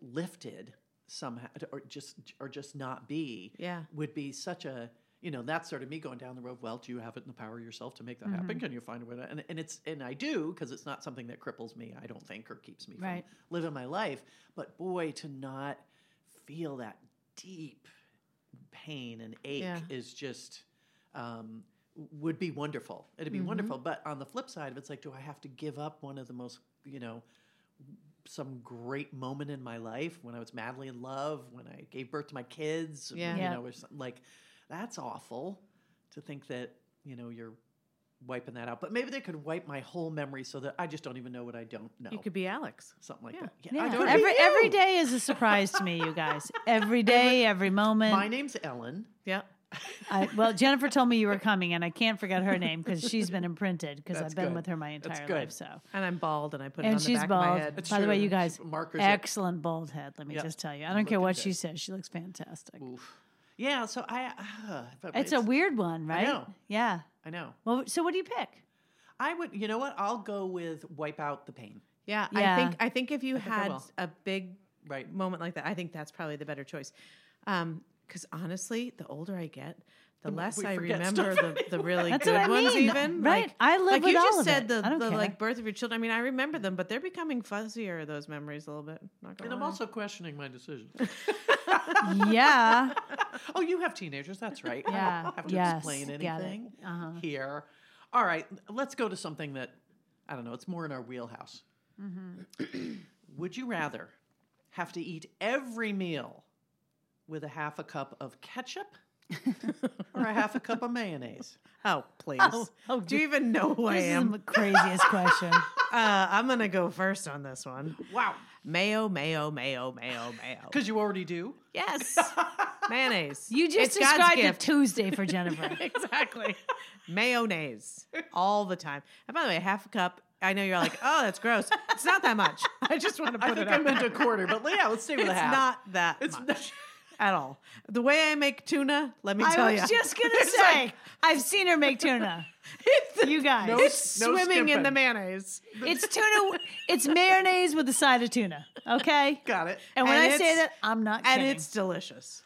S3: lifted somehow, or just or just not be,
S1: Yeah.
S3: would be such a you know, that's sort of me going down the road. of, Well, do you have it in the power yourself to make that happen? Can you find a way to? And, and it's and I do because it's not something that cripples me. I don't think or keeps me
S2: Right.
S3: from living my life. But boy, to not feel that deep pain and ache
S1: Yeah.
S3: is just um, would be wonderful. It'd
S1: Mm-hmm.
S3: be wonderful. But on the flip side of it, it's like, do I have to give up one of the most, you know, some great moment in my life when I was madly in love, when I gave birth to my kids,
S1: Yeah.
S3: you
S2: Yeah.
S3: know, or something like that's awful to think that, you know, you're wiping that out. But maybe they could wipe my whole memory so that I just don't even know what I don't know.
S1: You could be Alex.
S3: something like
S1: yeah.
S3: that. Yeah, I
S2: Yeah.
S3: could be
S2: Every,
S3: you.
S2: every day is a surprise to me, you guys. Every day, every moment.
S3: My name's Ellen.
S1: Yeah.
S2: I, well, Jennifer told me you were coming, and I can't forget her name because she's been imprinted because
S3: That's
S2: I've been
S3: good.
S2: with her my entire
S3: That's good.
S2: life. So,
S1: And I'm bald and I put it
S2: and
S1: on the
S2: she's
S1: back of my
S2: bald.
S1: head.
S3: It's
S2: By the way,
S3: true.
S2: you guys,
S3: Markers are-
S2: excellent bald head. Let me
S3: Yeah.
S2: just tell you, I don't care
S3: Look
S2: what
S3: at
S2: she
S3: that.
S2: says; she looks fantastic.
S3: Oof. Yeah, so I uh, but
S2: It's a weird one, right?
S3: know.
S2: Yeah.
S3: I know.
S2: Well, so what do you pick?
S3: I would you know what? I'll go with wipe out the pain.
S1: Yeah,
S2: Yeah.
S1: I think I think if you
S3: I
S1: had
S3: will.
S1: a big
S3: Right.
S1: moment like that, I think that's probably the better choice. Because honestly, the older I get, the, less
S3: we
S1: I
S3: forget
S1: remember
S3: stuff
S1: the, the really
S2: That's
S1: good
S2: what I
S1: ones.
S2: mean,
S1: Even
S2: right?
S1: Like,
S2: I live
S1: like you
S2: with
S1: just
S2: all of
S1: said,
S2: it.
S1: the
S2: I don't
S1: the
S2: care.
S1: like birth of your children. I mean, I remember them, but they're becoming fuzzier. Those memories a little bit. Not gonna
S3: And I'm
S1: lie.
S3: also questioning my decision.
S2: yeah.
S3: oh, you have teenagers. That's right. I don't
S2: Yeah.
S3: have to
S2: Yes.
S3: explain
S2: Got it.
S3: anything
S2: Uh-huh.
S3: here. All right. Let's go to something that, I don't know, it's more in our wheelhouse.
S2: Mm-hmm.
S3: Would you rather have to eat every meal with a half a cup of ketchup or a half a cup of mayonnaise?
S1: oh please.
S2: oh,
S1: Do you even know who I
S2: This is
S1: am?
S2: the craziest question.
S1: Uh, I'm gonna go first on this one.
S3: Wow.
S1: Mayo, mayo, mayo, mayo, mayo.
S3: Because you already do.
S1: Yes, mayonnaise.
S2: You just
S1: It's God's
S2: described a
S1: gift.
S2: Tuesday for Jennifer.
S1: exactly. Mayonnaise all the time. And by the way, half a cup. I know you're like, oh, that's gross. It's not that much. I just want to put
S3: I think
S1: it
S3: I
S1: out.
S3: meant
S1: there.
S3: a quarter, but yeah, let's stay with
S1: It's
S3: a half.
S1: not that
S3: It's
S1: much
S3: not-
S1: at all. The way I make tuna, let me tell
S2: I
S1: you,
S2: was just gonna say, I've seen her make tuna. you guys,
S3: No
S1: it's
S3: No
S1: swimming in the
S3: skimping.
S1: mayonnaise.
S2: it's tuna. It's mayonnaise with a side of tuna. Okay.
S3: Got it.
S2: And when
S1: And
S2: I say
S1: it's-
S2: that, I'm not
S1: and
S2: kidding.
S1: it's delicious.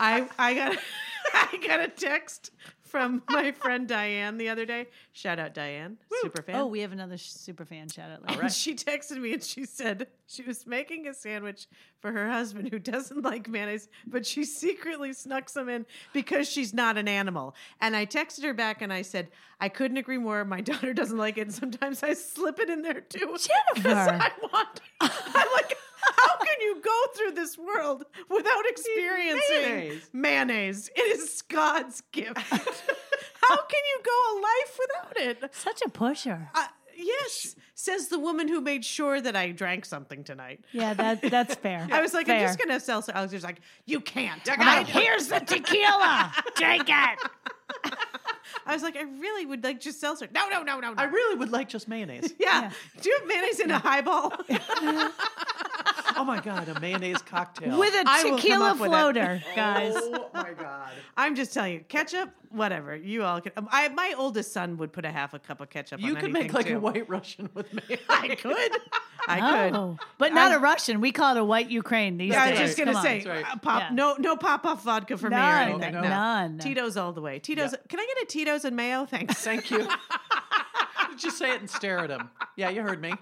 S1: I I got I got a text from my friend Diane the other day. Shout out Diane, super fan.
S2: oh, we have another sh- super fan shout out. Later.
S1: And she texted me and she said she was making a sandwich for her husband who doesn't like mayonnaise, but she secretly snuck some in because she's not an animal. And I texted her back and I said, I couldn't agree more. My daughter doesn't like it. And sometimes I slip it in there too. Because
S2: Jennifer.
S1: I want, I'm like, how can you go through this world without experiencing
S3: Mayonnaise.
S1: mayonnaise? It is God's gift. how can you go a life without it?
S2: Such a pusher.
S1: Uh, yes, says the woman who made sure that I drank something tonight.
S2: Yeah, that that's fair.
S1: I was like,
S2: fair.
S1: I'm just gonna sell. So I was just like, you can't. I,
S2: Now, here's the tequila. Drink it.
S1: was like, I really would like just seltzer. No, no, no, no, no.
S3: I really would like just mayonnaise.
S1: yeah. do you have mayonnaise in a highball?
S3: Oh my god, a mayonnaise cocktail
S2: With a
S1: I will come
S2: tequila
S1: up with it.
S2: floater, guys.
S3: Oh my god.
S1: I'm just telling you, ketchup, whatever. You all can. um, I, my oldest son would put a half a cup of ketchup.
S3: You
S1: on
S3: could make
S1: anything,
S3: like
S1: too.
S3: a white Russian with mayonnaise.
S1: I could. I could.
S2: Oh, but not a
S1: I'm-
S2: Russian. We call it a white Ukraine these
S1: I
S2: days.
S1: was just
S2: Come
S1: gonna
S2: on.
S1: say,
S3: That's right.
S1: uh, pop
S2: Yeah.
S1: no no pop off vodka for me or
S2: none,
S1: anything.
S3: no.
S2: none.
S1: Tito's all the way. Tito's.
S3: Yeah.
S1: Can I get a Tito's and mayo? Thanks.
S3: Thank you. Just say it and stare at him. Yeah, you heard me.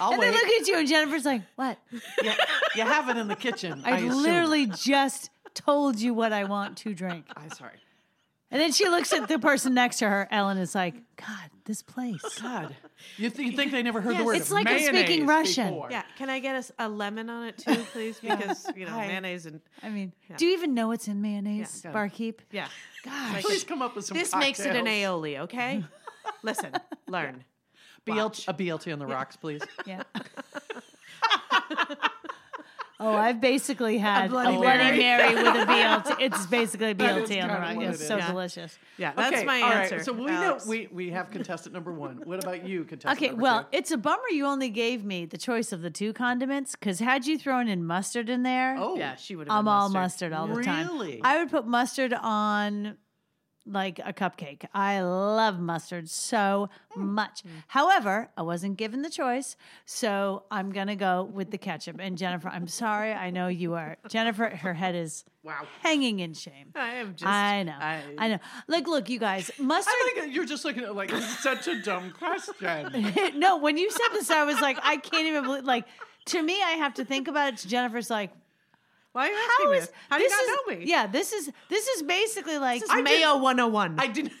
S3: I'll
S2: and
S3: wait.
S2: they look at you, and Jennifer's like, "What?
S3: Yeah, you have it in the kitchen. I,
S2: I,
S3: assume.
S2: literally just told you what I want to drink."
S3: I'm sorry.
S2: And then she looks at the person next to her. Ellen is like, "God, this place."
S3: God, you, th- you think they never heard the
S1: Yes.
S3: word?
S2: It's like I'm speaking
S3: mayonnaise
S2: Russian.
S3: before.
S1: Yeah, can I get a s- a, lemon on it too, please? Because you know
S3: Hi.
S1: mayonnaise and
S2: I mean, do you even know what's in mayonnaise,
S1: Yeah.
S2: barkeep?
S1: yeah.
S2: Gosh,
S3: Please come up with some.
S1: This makes it an
S3: cocktails.
S1: aioli, okay? Listen, learn.
S3: BLT, a BLT on the rocks, please.
S2: yeah. oh, I've basically had a Bloody,
S1: Bloody
S2: Mary. with a BLT. It's basically a
S3: That is
S2: BLT on the
S3: kinda
S2: rock.
S3: what
S2: It's
S3: it
S2: so
S1: is. Yeah.
S2: delicious.
S1: Yeah, that's
S3: okay,
S1: my
S3: all right,
S1: answer.
S3: So we
S1: Alex.
S3: know we, we have contestant number one. What about you, contestant?
S2: Okay,
S3: number
S2: well,
S3: two?
S2: it's a bummer you only gave me the choice of the two condiments because had you thrown in mustard in there,
S3: oh
S1: yeah, she would. have
S2: I'm
S1: been
S2: all mustard all the time.
S3: Really?
S2: I would put mustard on like a cupcake. I love mustard so
S1: Hmm.
S2: much. However, I wasn't given the choice, so I'm gonna go with the ketchup. And Jennifer, I'm sorry, I know you are. Jennifer, her head is
S1: Wow.
S2: hanging in shame.
S1: I am just.
S2: I know,
S1: I,
S2: I, know. Like, look, you guys, mustard.
S3: I'm like, you're just looking at it like this is such a dumb question.
S2: no, when you said this, I was like, I can't even believe. Like, to me, I have to think about it. Jennifer's like,
S1: why are you asking
S2: how
S1: me
S2: is
S1: this? How do you
S2: this
S1: not
S2: is-
S1: know me?
S2: Yeah, this is this is basically like
S1: It's Mayo 101.
S3: I didn't.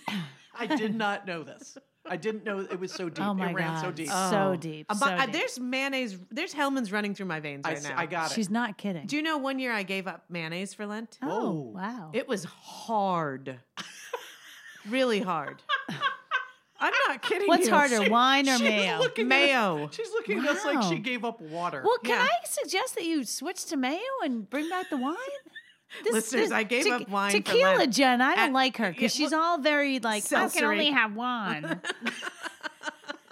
S3: I did not know this. I didn't know it was so deep.
S2: oh my
S3: it ran
S2: god,
S3: so deep.
S2: so deep,
S1: Uh,
S2: so
S1: but, uh,
S2: deep.
S1: there's mayonnaise. There's Hellman's running through my veins
S3: I,
S1: right
S3: s-
S1: now.
S3: I got
S2: She's not kidding.
S1: Do you know one year I gave up mayonnaise for Lent?
S2: oh
S3: Whoa.
S2: wow,
S1: It was hard. really hard. I'm not kidding
S2: What's
S1: you.
S2: harder, wine or
S3: it. She's
S2: mayo?
S3: looking at
S1: Mayo.
S3: us- she's looking at us like she
S2: Wow.
S3: gave up water.
S2: Well, can
S1: Yeah.
S2: I suggest that you switch to mayo and bring back the wine? This,
S1: Listeners, I gave
S2: te-
S1: up wine for
S2: Tequila,
S1: Lent.
S2: Jen. I don't
S1: And-
S2: like her
S1: yeah,
S2: because she's all very like I
S1: Seltzery.
S2: can only have one.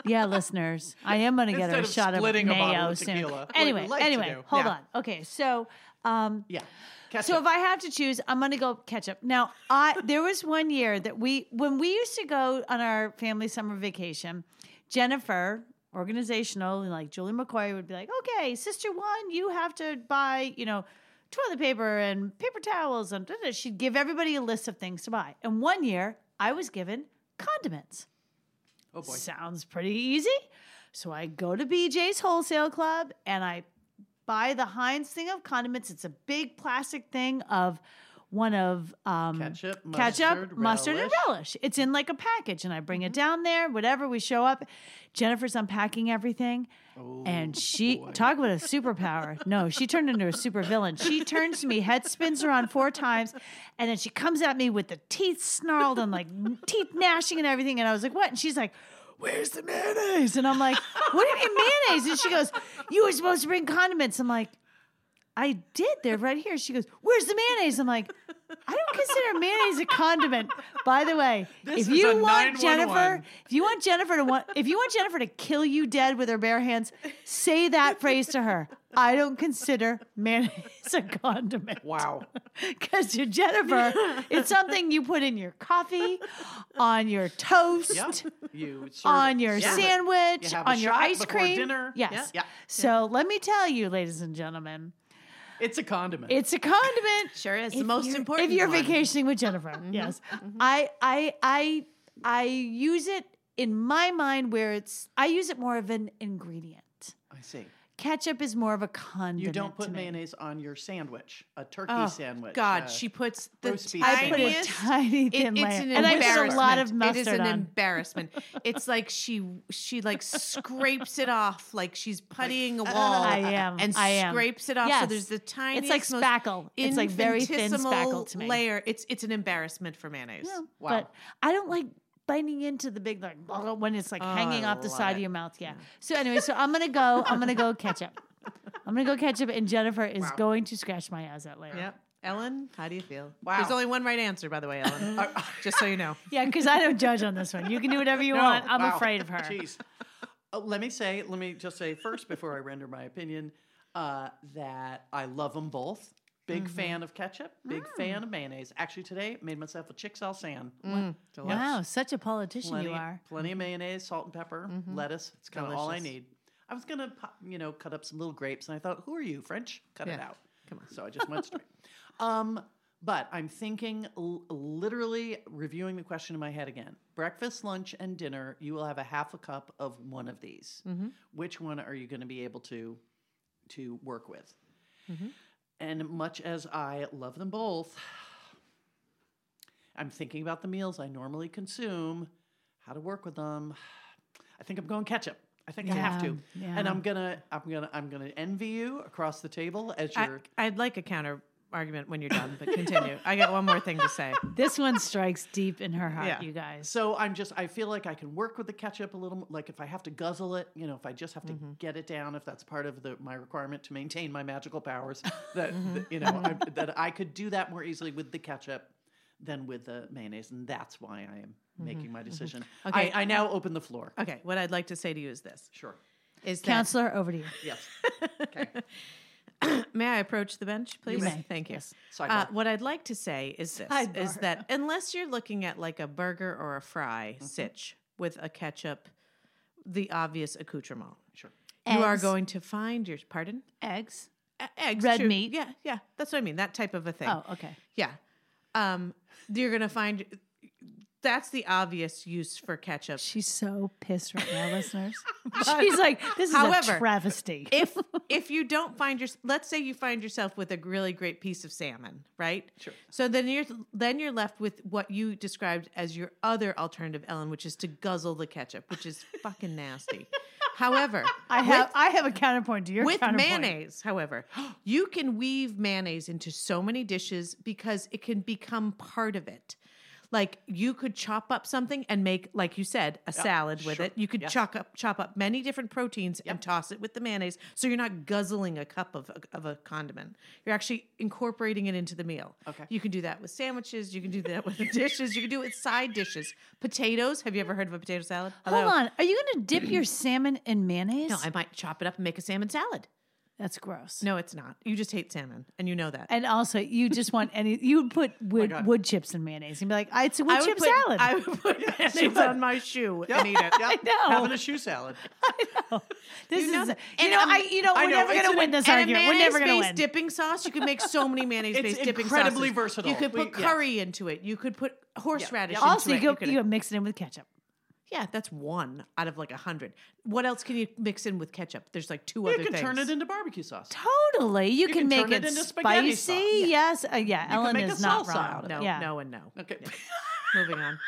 S2: yeah, listeners, I am going to get her a
S3: Instead of
S2: shot of
S3: splitting a bottle
S2: mayo
S3: of
S2: soon.
S3: tequila, what
S2: Anyway,
S3: we like to
S2: anyway,
S3: do.
S2: hold
S1: Yeah.
S2: on. Okay, so um,
S3: yeah. Ketchup.
S2: so if I have to choose, I'm going to go ketchup. Now, I there was one year that we when we used to go on our family summer vacation, Jennifer, organizational, like Julie McCoy would be like, "Okay, sister 1, you have to buy, you know, toilet paper and paper towels and da-da." she'd give everybody a list of things to buy. And one year, I was given condiments.
S3: oh boy.
S2: Sounds pretty easy. So I go to BJ's Wholesale Club and I buy the Heinz thing of condiments. It's a big plastic thing of one of um,
S3: Ketchup,
S2: ketchup,
S3: mustard,
S2: mustard, and
S3: relish. Mm-hmm.
S2: relish. It's in like a package, and I bring it down there. Whatever we show up, Jennifer's unpacking everything,
S3: Oh,
S2: and she talk about a superpower. No, she turned into a supervillain. She turns to me, head spins around four times, and then she comes at me with the teeth snarled and like teeth gnashing and everything. And I was like, "What?" And she's like. Where's the mayonnaise? And I'm like, what do you mean mayonnaise? And she goes, You were supposed to bring condiments. I'm like, I did. They're right here. She goes, Where's the mayonnaise? I'm like, I don't consider mayonnaise a condiment. By the way,
S3: This
S2: if
S3: is
S2: you
S3: a
S2: want
S3: 911.
S2: Jennifer, if you want Jennifer to want if you want Jennifer to kill you dead with her bare hands, say that phrase to her. I don't consider mayonnaise a condiment.
S3: Wow.
S2: Because you Jennifer, it's something you put in your coffee, on your toast
S3: Yeah. You serve
S2: on
S3: it.
S2: your
S3: Serve it.
S2: sandwich,
S3: You have a
S2: on your
S3: shot
S2: ice
S3: before
S2: cream.
S3: dinner.
S2: Yes.
S3: Yeah. Yeah.
S2: So let me tell you, ladies and gentlemen,
S3: It's a condiment.
S2: it's a condiment.
S1: Sure is.
S2: If
S1: The most
S2: you're-
S1: important
S2: If you're
S1: one.
S2: vacationing with Jennifer, yes, I, I, I, I use it in my mind where it's. I use it more of an ingredient.
S3: I see.
S2: Ketchup is more of a condiment.
S3: You don't put
S2: to me.
S3: mayonnaise on your sandwich, a turkey
S1: Oh,
S3: sandwich.
S1: God,
S3: uh,
S1: she puts the
S3: roast beef
S2: I put a
S1: tiniest.
S2: tiny
S1: It-
S2: thin
S1: it's
S2: layer,
S1: an
S2: and I put a lot of
S1: embarrassment. It is
S2: mustard
S1: an
S2: on.
S1: embarrassment. it's like she she like scrapes it off, like she's puttying a wall.
S2: I am.
S1: and
S2: I am.
S1: scrapes it off. So
S2: Yes.
S1: there's the
S2: It's
S1: tiniest.
S2: like
S1: most
S2: spackle. It's like very thin
S1: infinitesimal
S2: spackle to me.
S1: Layer. It's it's an embarrassment for mayonnaise.
S2: Yeah,
S3: Wow.
S2: But I don't like biting into the big like blah, blah, when it's like
S1: Oh,
S2: hanging
S1: I
S2: off the
S1: love
S2: side
S1: it. Mm.
S2: of your mouth. Yeah. So anyway, so I'm gonna go. I'm gonna go ketchup. I'm gonna go ketchup, and Jennifer is
S3: Wow.
S2: going to scratch my ass out later.
S1: Yep. Ellen, how do you feel?
S3: Wow.
S1: There's only one right answer, by the way, Ellen. Just so you know.
S2: Yeah, because I don't judge on this one. You can do whatever you
S3: No,
S2: want. I'm
S3: wow.
S2: afraid of her.
S3: Jeez. Uh, let me say, let me just say first before I render my opinion uh, that I love them both. Big
S2: Mm-hmm.
S3: fan of ketchup, big
S2: Mm.
S3: fan of mayonnaise. Actually, today made myself a chick salsan.
S2: Mm. Wow, such a politician
S3: Plenty,
S2: you are.
S3: plenty of mayonnaise, salt and pepper, lettuce. It's kind of all I
S1: Delicious.
S3: need. I was gonna, pop- you know, cut up some little grapes, and I thought, who are you, French? Cut it
S1: Yeah.
S3: out. Come on. So I just went straight. Um, but I'm thinking, l- literally reviewing the question in my head again. Breakfast, lunch, and dinner. You will have a half a cup of one of these. Which one are you going to be able to to work with? And much as I love them both, I'm thinking about the meals I normally consume, how to work with them. I think I'm going ketchup. I think I have
S2: Yeah,
S3: to. And I'm gonna I'm gonna I'm gonna envy you across the table as
S1: I,
S3: you're
S1: I'd like a counter argument when you're done, but continue. I got one more thing to say.
S2: This one strikes deep in her heart,
S1: Yeah.
S2: you guys.
S3: so I'm just I feel like I can work with the ketchup a little mo- like if I have to guzzle it, you know, if I just have to get it down, if that's part of the my requirement to maintain my magical powers, that that, you know I, that I could do that more easily with the ketchup than with the mayonnaise, and that's why I am making my decision.
S1: Okay.
S3: I, I now open the floor.
S1: Okay, what I'd like to say to you is this:
S3: Sure.
S1: is that
S2: Counselor, over to you.
S3: Yes. Okay.
S1: may I approach the bench, please?
S2: may.
S1: Thank you.
S2: Yes.
S1: Uh,
S3: Sidebar.
S1: what I'd like to say is this: is
S2: Sidebar.
S1: that unless you're looking at like a burger or a fry sitch with a ketchup, the obvious accoutrement,
S3: sure.
S1: you are
S2: Eggs.
S1: going to find your pardon
S2: Eggs.
S1: E- eggs,
S2: Red
S1: true.
S2: meat.
S1: Yeah, yeah, that's what I mean. That type of a thing.
S2: Oh, okay.
S1: Yeah. Um, you're gonna find that's the obvious use for ketchup.
S2: She's so pissed right now, listeners. She's like, this is
S1: However,
S2: a travesty.
S1: if if you don't find your let's say you find yourself with a really great piece of salmon, right?
S3: Sure.
S1: So then you're then you're left with what you described as your other alternative, Ellen, which is to guzzle the ketchup, which is fucking nasty. However,
S2: I have I have a counterpoint to your
S1: with
S2: counterpoint.
S1: mayonnaise, however, you can weave mayonnaise into so many dishes because it can become part of it. Like you could chop up something and make, like you said, a salad with
S3: sure.
S1: it. You could
S3: Yes.
S1: chop up, chop up many different proteins and toss it with the mayonnaise, so you're not guzzling a cup of a, of a condiment. You're actually incorporating it into the meal.
S3: Okay.
S1: You can do that with sandwiches. You can do that with the dishes. You can do it with side dishes. Potatoes. Have you ever heard of a potato salad?
S2: Hold
S1: Hello?
S2: on. Are you going to dip your salmon in mayonnaise?
S1: No, I might chop it up and make a salmon salad.
S2: That's gross.
S1: No, it's not. You just hate salmon, and you know that.
S2: And also, you just want any. You would put wood,
S3: God.
S2: wood chips in mayonnaise. You'd be like, "Ah, it's a wood
S1: I would
S2: chip
S1: put,
S2: salad.
S1: I would put mayonnaise
S3: would.
S1: on my shoe and eat it.
S3: Yeah.
S2: know.
S3: Having a shoe salad.
S2: this
S1: You know
S2: is.
S1: that-
S2: you
S1: and
S2: know,
S1: um,
S2: I. You know,
S3: I
S2: we're
S3: know,
S2: never
S3: it's
S2: going to
S3: an-
S2: win this
S1: And a
S2: argument. We're never going to
S1: mayonnaise-based
S2: win.
S1: dipping sauce. You could make so many mayonnaise-based dipping sauces.
S3: incredibly versatile.
S1: You could
S3: We-
S1: put
S3: yes.
S1: curry into it. You could put horseradish.
S3: yeah.
S1: Into
S2: also, you
S1: it.
S2: go.
S1: could-
S2: You, go mix it in with ketchup.
S1: yeah, that's one out of like a hundred. What else can you mix in with ketchup? There's like two
S3: You
S1: other
S3: can
S1: things.
S3: turn it into barbecue sauce.
S2: Totally, you, can,
S3: can
S2: make
S3: turn it
S2: it,
S3: into spaghetti
S2: spicy.
S3: sauce.
S2: Yes, uh, yeah. Ellen
S3: make a
S2: is not
S3: salsa
S2: wrong.
S3: out of
S1: no,
S2: yeah.
S1: no, and no.
S3: Okay.
S1: Moving on.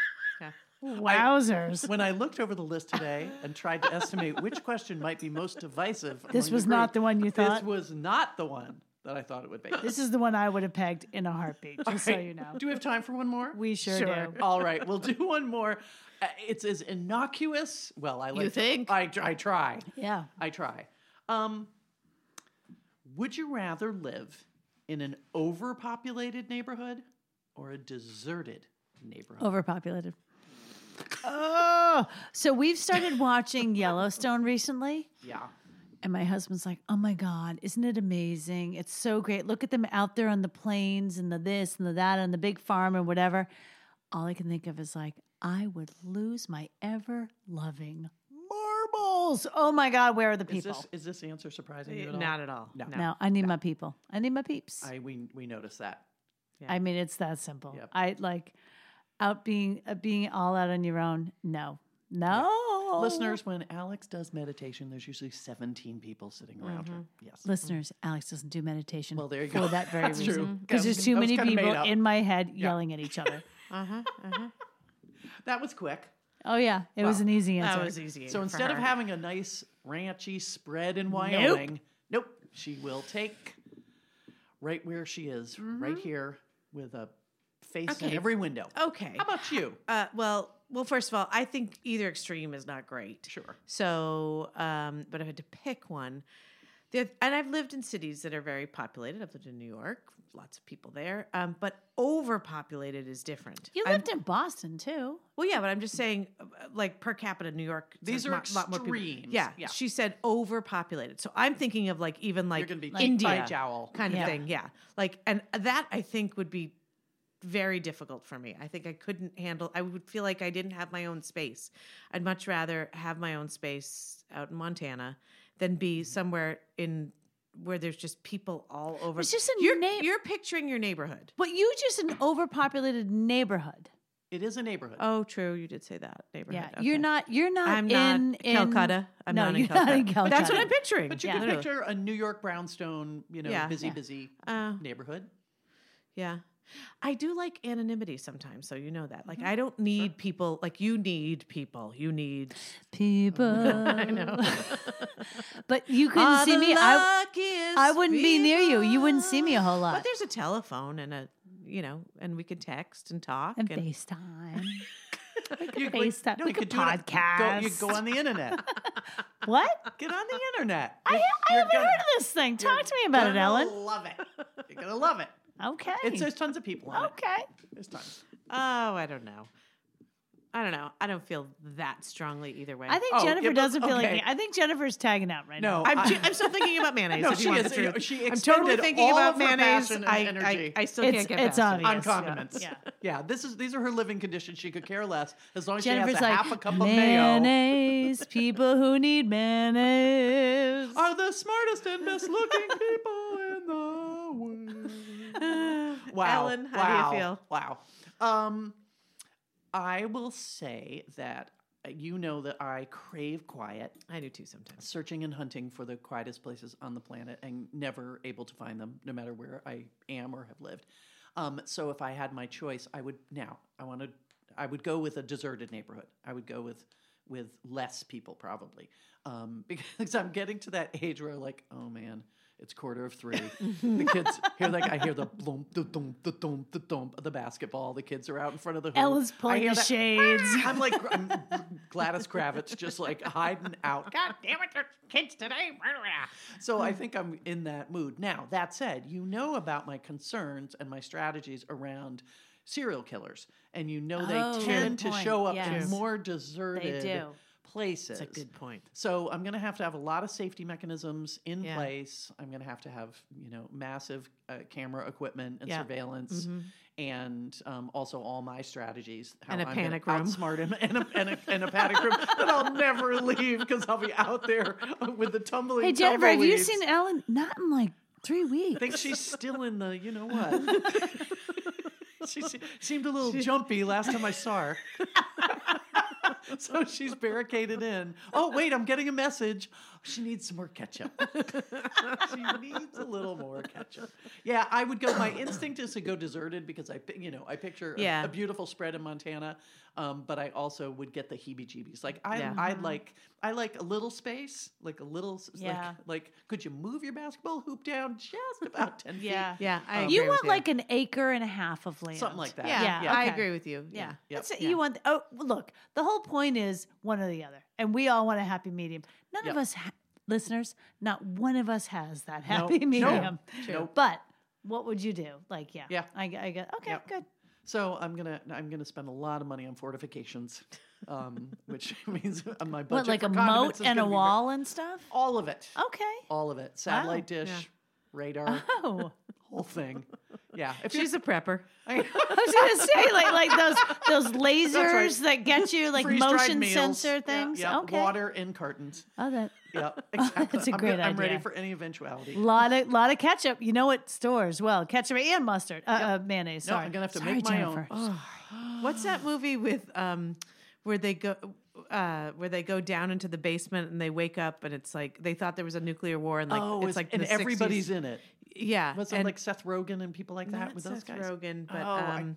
S1: Yeah.
S2: Wowzers!
S3: When I looked over the list today and tried to estimate which question might be most divisive,
S2: This
S3: among the
S2: was not
S3: group,
S2: the one you thought?
S3: This was not the one that I thought it would be.
S2: this is the one I would have pegged in a heartbeat. Just so you know,
S3: Do we have time for one more?
S2: we sure, do.
S3: All right, we'll do one more. Uh, it's as innocuous. Well, I like
S1: think?
S3: I, I try.
S2: Yeah.
S3: I try. Um, would you rather live in an overpopulated neighborhood or a deserted neighborhood?
S2: Overpopulated. Oh,
S3: Ah!
S2: so we've started watching Yellowstone recently,
S3: Yeah.
S2: and my husband's like, "Oh my god, isn't it amazing? It's so great. Look at them out there on the plains and the this and the that and the big farm and whatever." All I can think of is like, I would lose my ever loving marbles. Oh my god, where are the
S3: Is
S2: people?
S3: this, is this answer surprising you at all?
S1: Not at all.
S3: No.
S2: no, I need my people. I need my peeps.
S3: I, we, we noticed that.
S2: I mean, it's that simple.
S3: Yep.
S2: I like out being uh, being all out on your own. No, no,
S3: Listeners, when Alex does meditation, there's usually 17 people sitting around her. Yes.
S2: listeners. Alex doesn't do meditation.
S3: Well, there you
S2: for
S3: go.
S2: that very
S3: That's
S2: reason,
S3: true.
S2: because
S3: That
S2: there's
S3: was-
S2: too
S3: that was
S2: many
S3: kinda made
S2: people
S3: up.
S2: in my head yelling at each other.
S1: Uh huh. Uh huh.
S3: That was quick.
S2: Oh yeah, it was an easy answer.
S1: That was e-, easy.
S3: So
S1: for
S3: instead of
S1: her.
S3: having a nice ranchy spread in Wyoming, nope, she will take right where she is, right here with a face in
S1: Okay. Oh.
S3: every window.
S1: okay.
S3: How about you?
S1: Uh, well, well, first of all, I think either extreme is not great.
S3: Sure.
S1: So, um, but if I had to pick one, the oth- and I've lived in cities that are very populated. I've lived in New York, lots of people there, um, but overpopulated is different.
S2: you
S1: I'm-
S2: lived in Boston too.
S1: well, yeah, but I'm just saying, uh, like per capita, New York.
S3: These
S1: has
S3: are
S1: mo- lot more people.
S3: extremes.
S1: Yeah,
S3: Yeah.
S1: she said overpopulated. So I'm thinking of like even like,
S3: You're going to be
S1: India
S3: by jowl.
S1: kind of
S2: Yeah.
S1: thing. Yeah. Like, and that I think would be very difficult for me. I think I couldn't handle, I would feel like I didn't have my own space. I'd much rather have my own space out in Montana than be somewhere in where there's just people all over.
S2: It's just a
S1: you're,
S2: neigh-
S1: you're picturing your neighborhood.
S2: But you just an overpopulated neighborhood.
S3: It is a neighborhood.
S1: Oh, true. You did say that neighborhood.
S2: Yeah, you're
S1: Okay.
S2: not. You're not.
S1: I'm not
S2: in, in
S1: Calcutta. I'm
S2: no,
S1: not in
S2: you're not in
S1: Calcutta.
S2: Calcutta.
S1: That's what I'm picturing.
S3: but you
S2: yeah.
S3: can
S1: literally.
S3: picture a New York brownstone, you know,
S1: Yeah.
S3: busy,
S2: Yeah.
S3: busy
S1: Uh,
S3: neighborhood.
S1: Yeah. I do like anonymity sometimes, so you know that. Like
S2: Mm-hmm.
S1: I don't need people like you need people. You need
S2: people.
S1: I know.
S2: But you couldn't see me. I, I wouldn't be near you. You wouldn't see me a whole
S1: But
S2: lot.
S1: there's a telephone and a you know, and we could text and talk
S2: And
S1: and,
S2: FaceTime.
S3: You,
S2: could face that- like a
S3: do it- Go, you
S2: podcast.
S3: go on the internet.
S2: what?
S3: Get on the internet.
S2: I, I
S3: You're
S2: haven't
S3: gonna-
S2: heard of this thing. Talk to me about it,
S3: gonna
S2: Ellen.
S3: Love it. You're gonna love it.
S2: Okay.
S3: It's there's tons of people on
S2: okay.
S3: it. There's tons.
S1: oh, I don't know. I don't know. I don't feel that strongly either way.
S2: I think
S3: Oh, yeah,
S2: Jennifer
S3: but-
S2: doesn't feel
S3: okay.
S2: like. I think Jennifer's tagging out right
S3: No,
S2: now.
S1: I'm,
S3: I-
S1: ju- I'm still thinking about mayonnaise.
S3: No,
S1: if you
S3: she
S1: want
S3: is-
S1: the truth.
S3: she
S1: I'm totally
S3: expended
S1: thinking
S3: all
S1: about
S3: of her
S1: mayonnaise.
S3: passion and
S1: I,
S3: energy.
S1: I, I still
S2: It's
S1: can't get
S2: it's
S1: past it.
S2: obvious.
S3: on condiments.
S2: Yeah. yeah.
S3: Yeah, this is these are her living conditions. She could care less as long as
S2: Jennifer's
S3: she has a
S2: like
S3: half a cup of mayo.
S2: mayonnaise. people who need mayonnaise.
S3: Are the smartest and best looking people in the world. Wow.
S1: Ellen, how
S3: wow,
S1: do you feel?
S3: Wow. Um, I will say that uh, you know that I crave quiet.
S1: I do too sometimes.
S3: searching and hunting for the quietest places on the planet and never able to find them, no matter where I am or have lived. Um, so if I had my choice, I would now. I want to. I would go with a deserted neighborhood. I would go with with less people probably um, because I'm getting to that age where like, oh man. It's quarter of three. the kids hear like I hear the thump, the thump, the thump, the thump of the basketball. The kids are out in front of the. hoop.
S2: Ella's
S3: I
S2: pulling
S3: hear
S2: the
S3: that-
S2: shades.
S3: I'm like I'm Gladys Kravitz, just like hiding out.
S4: God damn it, there's kids today.
S3: So
S2: Mm.
S3: I think I'm in that mood. Now, that said, you know about my concerns and my strategies around serial killers, and you know they
S2: Oh,
S3: tend
S2: good
S3: to
S2: point.
S3: show up
S2: Yes.
S3: in more deserted
S2: do.
S3: places.
S1: That's a good point.
S3: So I'm going to have to have a lot of safety mechanisms in
S1: Yeah.
S3: place. I'm going to have to have you know massive uh, camera equipment and
S1: Yeah. Mm-hmm.
S3: surveillance, and um, also all my strategies. How
S1: And a
S3: I'm gonna
S1: panic room.
S3: Outsmart him and a, and a, and a panic room that I'll never leave because I'll be out there with the tumbling.
S2: Hey Jennifer, have you
S3: tumbleweeds.
S2: seen Ellen? Not in like three
S3: I
S2: weeks.
S3: think she's still in the. You know what? she se- seemed a little jumpy last time I saw her. so she's barricaded in. Oh wait, I'm getting a message. She needs some more ketchup. she needs a little more ketchup. Yeah, I would go. My instinct is to go deserted because I, pi- you know, I picture a-
S1: Yeah.
S3: a, beautiful spread in Montana, um, but I also would get the heebie-jeebies. Like I,
S1: Yeah.
S3: I like, I like a little space, like a little, s-
S2: Yeah.
S3: like, like could you move your basketball hoop down just about ten feet?
S2: Yeah.
S1: Yeah, I
S3: Um,
S1: agree
S2: You
S1: with
S2: want like an acre and a half of land.
S3: something like that.
S1: yeah,
S2: yeah,
S1: I
S2: okay.
S1: agree with you.
S2: Yeah.
S3: Yeah.
S2: That's it.
S1: Yeah.
S2: You want, oh, well, look, the whole point is one or the other. And we all want a happy medium. None of
S3: Yep.
S2: us, ha- listeners, not one of us has that
S3: No,
S2: happy
S3: no,
S2: medium.
S3: True.
S2: But what would you do? Like, yeah.
S3: Yeah.
S2: I, I get, okay,
S3: Yep.
S2: good.
S3: So I'm gonna I'm gonna spend a lot of money on fortifications, um, which means my budget
S2: What, like
S3: for
S2: a
S3: condiments
S2: moat
S3: is
S2: and a
S3: gonna be ver-
S2: wall and stuff?
S3: all of it,
S2: Okay.
S3: all of it, satellite dish,
S1: Yeah.
S3: radar,
S2: Oh,
S3: whole thing. Yeah, if
S1: She's a prepper.
S3: you're,
S2: I was gonna say like like those those
S3: right.
S2: lasers that get you like
S3: freeze-dried
S2: motion
S3: meals,
S2: sensor
S3: yeah,
S2: things.
S3: yeah,
S2: okay.
S3: water in cartons.
S2: Oh, that
S3: Yeah, exactly.
S2: a
S3: I'm
S2: great
S3: I'm ready
S2: idea.
S3: for any eventuality.
S2: lot of lot of ketchup. You know what stores well ketchup and mustard, uh, uh, mayonnaise.
S3: No,
S2: Sorry.
S3: I'm gonna have to
S2: Sorry,
S3: make my own.
S2: Jennifer.
S1: What's that movie with um where they go uh where they go down into the basement and they wake up and it's like they thought there was a nuclear war and like
S3: oh,
S1: it's,
S3: it's
S1: like
S3: and
S1: the
S3: everybody's
S1: 60s.
S3: in it.
S1: yeah
S3: Was it
S1: and
S3: like Seth Rogen and people like that
S1: not
S3: with those
S1: Seth
S3: guys?
S1: Rogen but
S3: Oh, I-
S1: um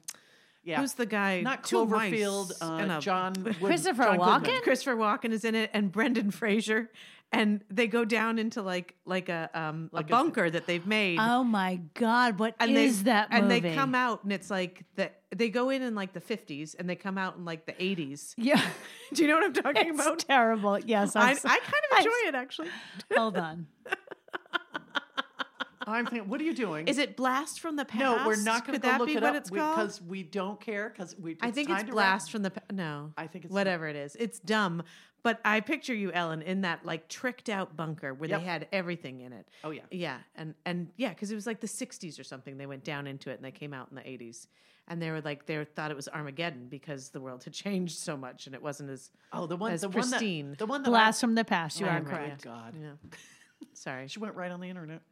S3: Yeah,
S1: who's the guy
S3: not
S1: Two mice
S3: Cloverfield?
S1: and
S3: Uh,
S1: a-
S3: John Wood-
S2: Christopher
S3: John Goodman.
S2: Walken?
S1: Christopher Walken is in it and Brendan Fraser and they go down into like like a um
S3: Like a-
S1: a bunker that they've made
S2: Oh my God! What is
S1: and they,
S2: that
S1: and
S2: movie?
S1: they come out and it's like the they go in in like the 50s and they come out in like the 80s
S2: Yeah,
S1: do you know what i'm talking
S2: it's
S1: about
S2: terrible. Yes, I'm
S1: I, I
S2: so-
S1: kind of enjoy it actually.
S2: Hold on.
S3: I'm thinking, what are you doing?
S1: Is it Blast from the Past?
S3: No, we're not going
S1: Could
S3: to
S1: that
S3: look
S1: be
S3: it
S1: what
S3: up
S1: it's called?
S3: because we don't care. Because we,
S1: I think
S3: time
S1: it's
S3: to wrap-
S1: Blast from the pa- No,
S3: I think it's-
S1: whatever it is. It's dumb, but I picture you, Ellen, in that like tricked out bunker where
S3: Yep.
S1: they had everything in it.
S3: Oh yeah,
S1: Yeah, and and yeah, because it was like the '60s or something. They went down into it and they came out in the '80s, and they were like they thought it was Armageddon because the world had changed so much and it wasn't as
S3: oh the one,
S1: As
S3: the one
S1: pristine.
S3: that, the one that
S2: Blast from the past. You
S3: I,
S2: are
S3: oh, my
S2: correct.
S3: God,
S1: you know. Sorry,
S3: she went right on the internet.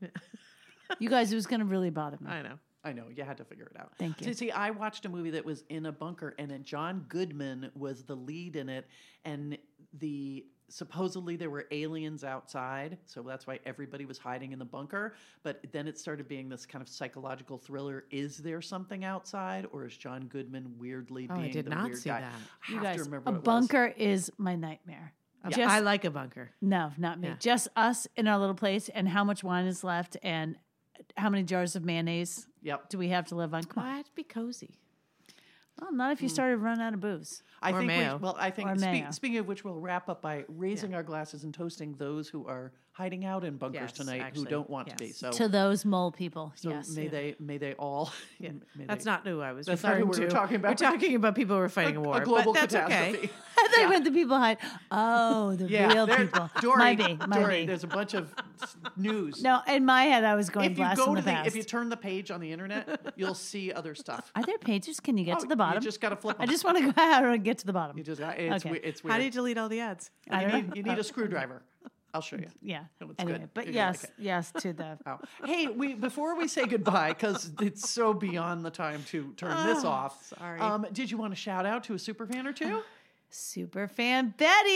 S2: You guys, it was going to really bother me.
S1: I know.
S3: I know you had to figure it out.
S2: Thank
S3: So,
S2: you.
S3: see, I watched a movie that was in a bunker, and then John Goodman was the lead in it, and the supposedly there were aliens outside, so that's why everybody was hiding in the bunker. But then it started being this kind of psychological thriller: Is there something outside, or is John Goodman weirdly
S1: Oh, I
S3: being
S1: did
S3: the
S1: not
S3: weird
S1: see
S3: guy?
S1: that.
S3: I
S2: You
S3: have
S2: guys,
S3: to remember
S2: a
S3: what it was.
S2: bunker is my nightmare.
S1: Yeah,
S2: Just-
S1: I like a bunker.
S2: No, not me.
S1: Yeah.
S2: Just us in our little place, and how much wine is left, and how many jars of mayonnaise
S3: Yep.
S2: do we have to live on? Come on.
S1: Why be cozy?
S2: Well, not if you
S3: Hmm.
S2: started running out of booze.
S3: I
S1: Or
S3: think
S1: mayo.
S3: We, well, I
S2: Or
S3: think spe-
S2: mayo.
S3: speaking of which, we'll wrap up by raising our glasses and toasting those who are hiding out in bunkers
S1: Yes,
S3: tonight
S1: actually,
S3: who don't want to be.
S1: yes.
S3: So,
S2: to those mole people.
S3: Oh. so
S2: yes.
S3: may they may they all.
S1: Yeah,
S3: may
S1: that's
S3: they-
S1: not who I was
S3: That's not who
S1: referring
S3: we were
S1: to.
S3: talking about.
S1: We're talking about people who are fighting a, war,
S3: global
S1: but that's
S3: catastrophe.
S1: okay.
S2: I thought you meant the people hide. Oh, the
S3: Yeah,
S2: real
S3: there-
S2: people.
S3: Dory,
S2: might be, might
S3: Dory,
S2: be.
S3: there's a bunch of s- news.
S2: No, in my head, I was going
S3: if you
S2: blast
S3: go
S2: from
S3: to
S2: the
S3: the,
S2: past.
S3: if you turn the page on the internet, you'll see other stuff.
S2: Are there pages? Can you get
S3: Oh,
S2: to the bottom?
S3: You just gotta flip.
S2: I
S3: them.
S2: just want to go out and get to the bottom.
S3: You just got it's,
S2: Okay.
S3: we- it's weird.
S1: How do you delete all the ads?
S2: I
S3: you,
S2: don't
S3: need, you need a screwdriver. I'll show you.
S2: yeah.
S3: No, it's
S2: anyway,
S3: good.
S2: but
S3: You're gonna like
S2: yes,
S3: it.
S2: yes to the.
S3: Oh. Hey, we before we say goodbye because it's so beyond the time to turn
S2: Ah,
S3: this off.
S1: sorry.
S3: Um, did you want to shout out to a super fan or two?
S2: Uh, Super fan Betty.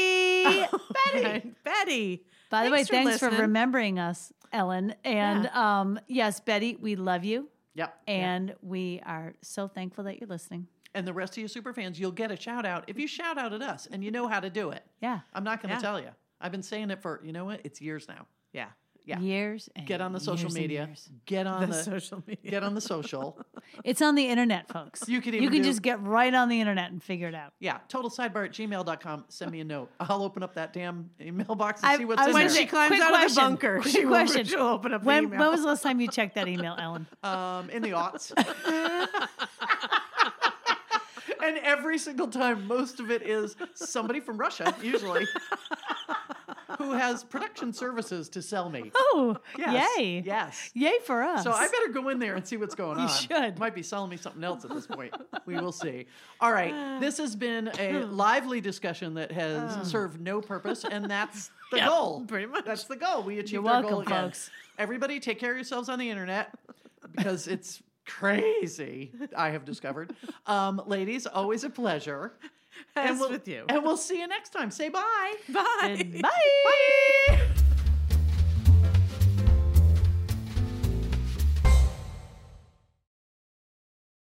S3: Oh,
S1: Betty, Betty.
S2: By the way,
S1: Thanks for
S2: thanks for
S1: listening.
S2: remembering us, Ellen. And um, yes, Betty, we love you.
S3: yep.
S2: And we are so thankful that you're listening.
S3: And the rest of you super fans, you'll get a shout out if you shout out at us and you know how to do it.
S2: Yeah.
S3: I'm not going to
S1: Yeah.
S3: tell you. I've been saying it for you know what? It's years now.
S1: Yeah,
S3: Yeah.
S2: Years. And
S3: Get on the social
S2: years and
S3: media.
S2: years.
S3: Get
S1: the,
S3: on the,
S1: social media.
S3: get on the social.
S2: It's on the internet, folks.
S3: You could
S2: you
S3: even
S2: can
S3: do-
S2: just get right on the internet and figure it out.
S3: Yeah, totalsidebar at gmail.com. Send me a note. I'll open up that damn email box and
S2: I-
S3: see what's
S2: I
S3: in
S2: was
S1: when
S3: there.
S2: gonna
S1: she
S2: say-
S1: climbs
S2: quick
S1: out of
S2: question,
S1: the bunker,
S2: quick
S1: she will,
S2: question.
S1: she'll open up the
S2: When,
S1: email.
S2: when was the last time you checked that email, Ellen?
S3: um, in the aughts. and every single time, most of it is somebody from Russia, usually, who has production services to sell me.
S2: Oh,
S3: Yes.
S2: yay.
S3: Yes.
S2: Yay for us.
S3: So I better go in there and see what's going on.
S2: should.
S3: Might be selling me something else at this point. We will see. All right. This has been a lively discussion that has served no purpose, and that's the goal.
S1: pretty much.
S3: That's the goal. We achieved
S2: You're
S3: our goal
S2: welcome,
S3: again.
S2: folks.
S3: Everybody take care of yourselves on the internet because it's crazy, I have discovered. Um, ladies, always a pleasure.
S1: As
S3: we'll,
S1: with you.
S3: And we'll see you next time. Say bye.
S1: Bye.
S2: Bye.
S3: Bye.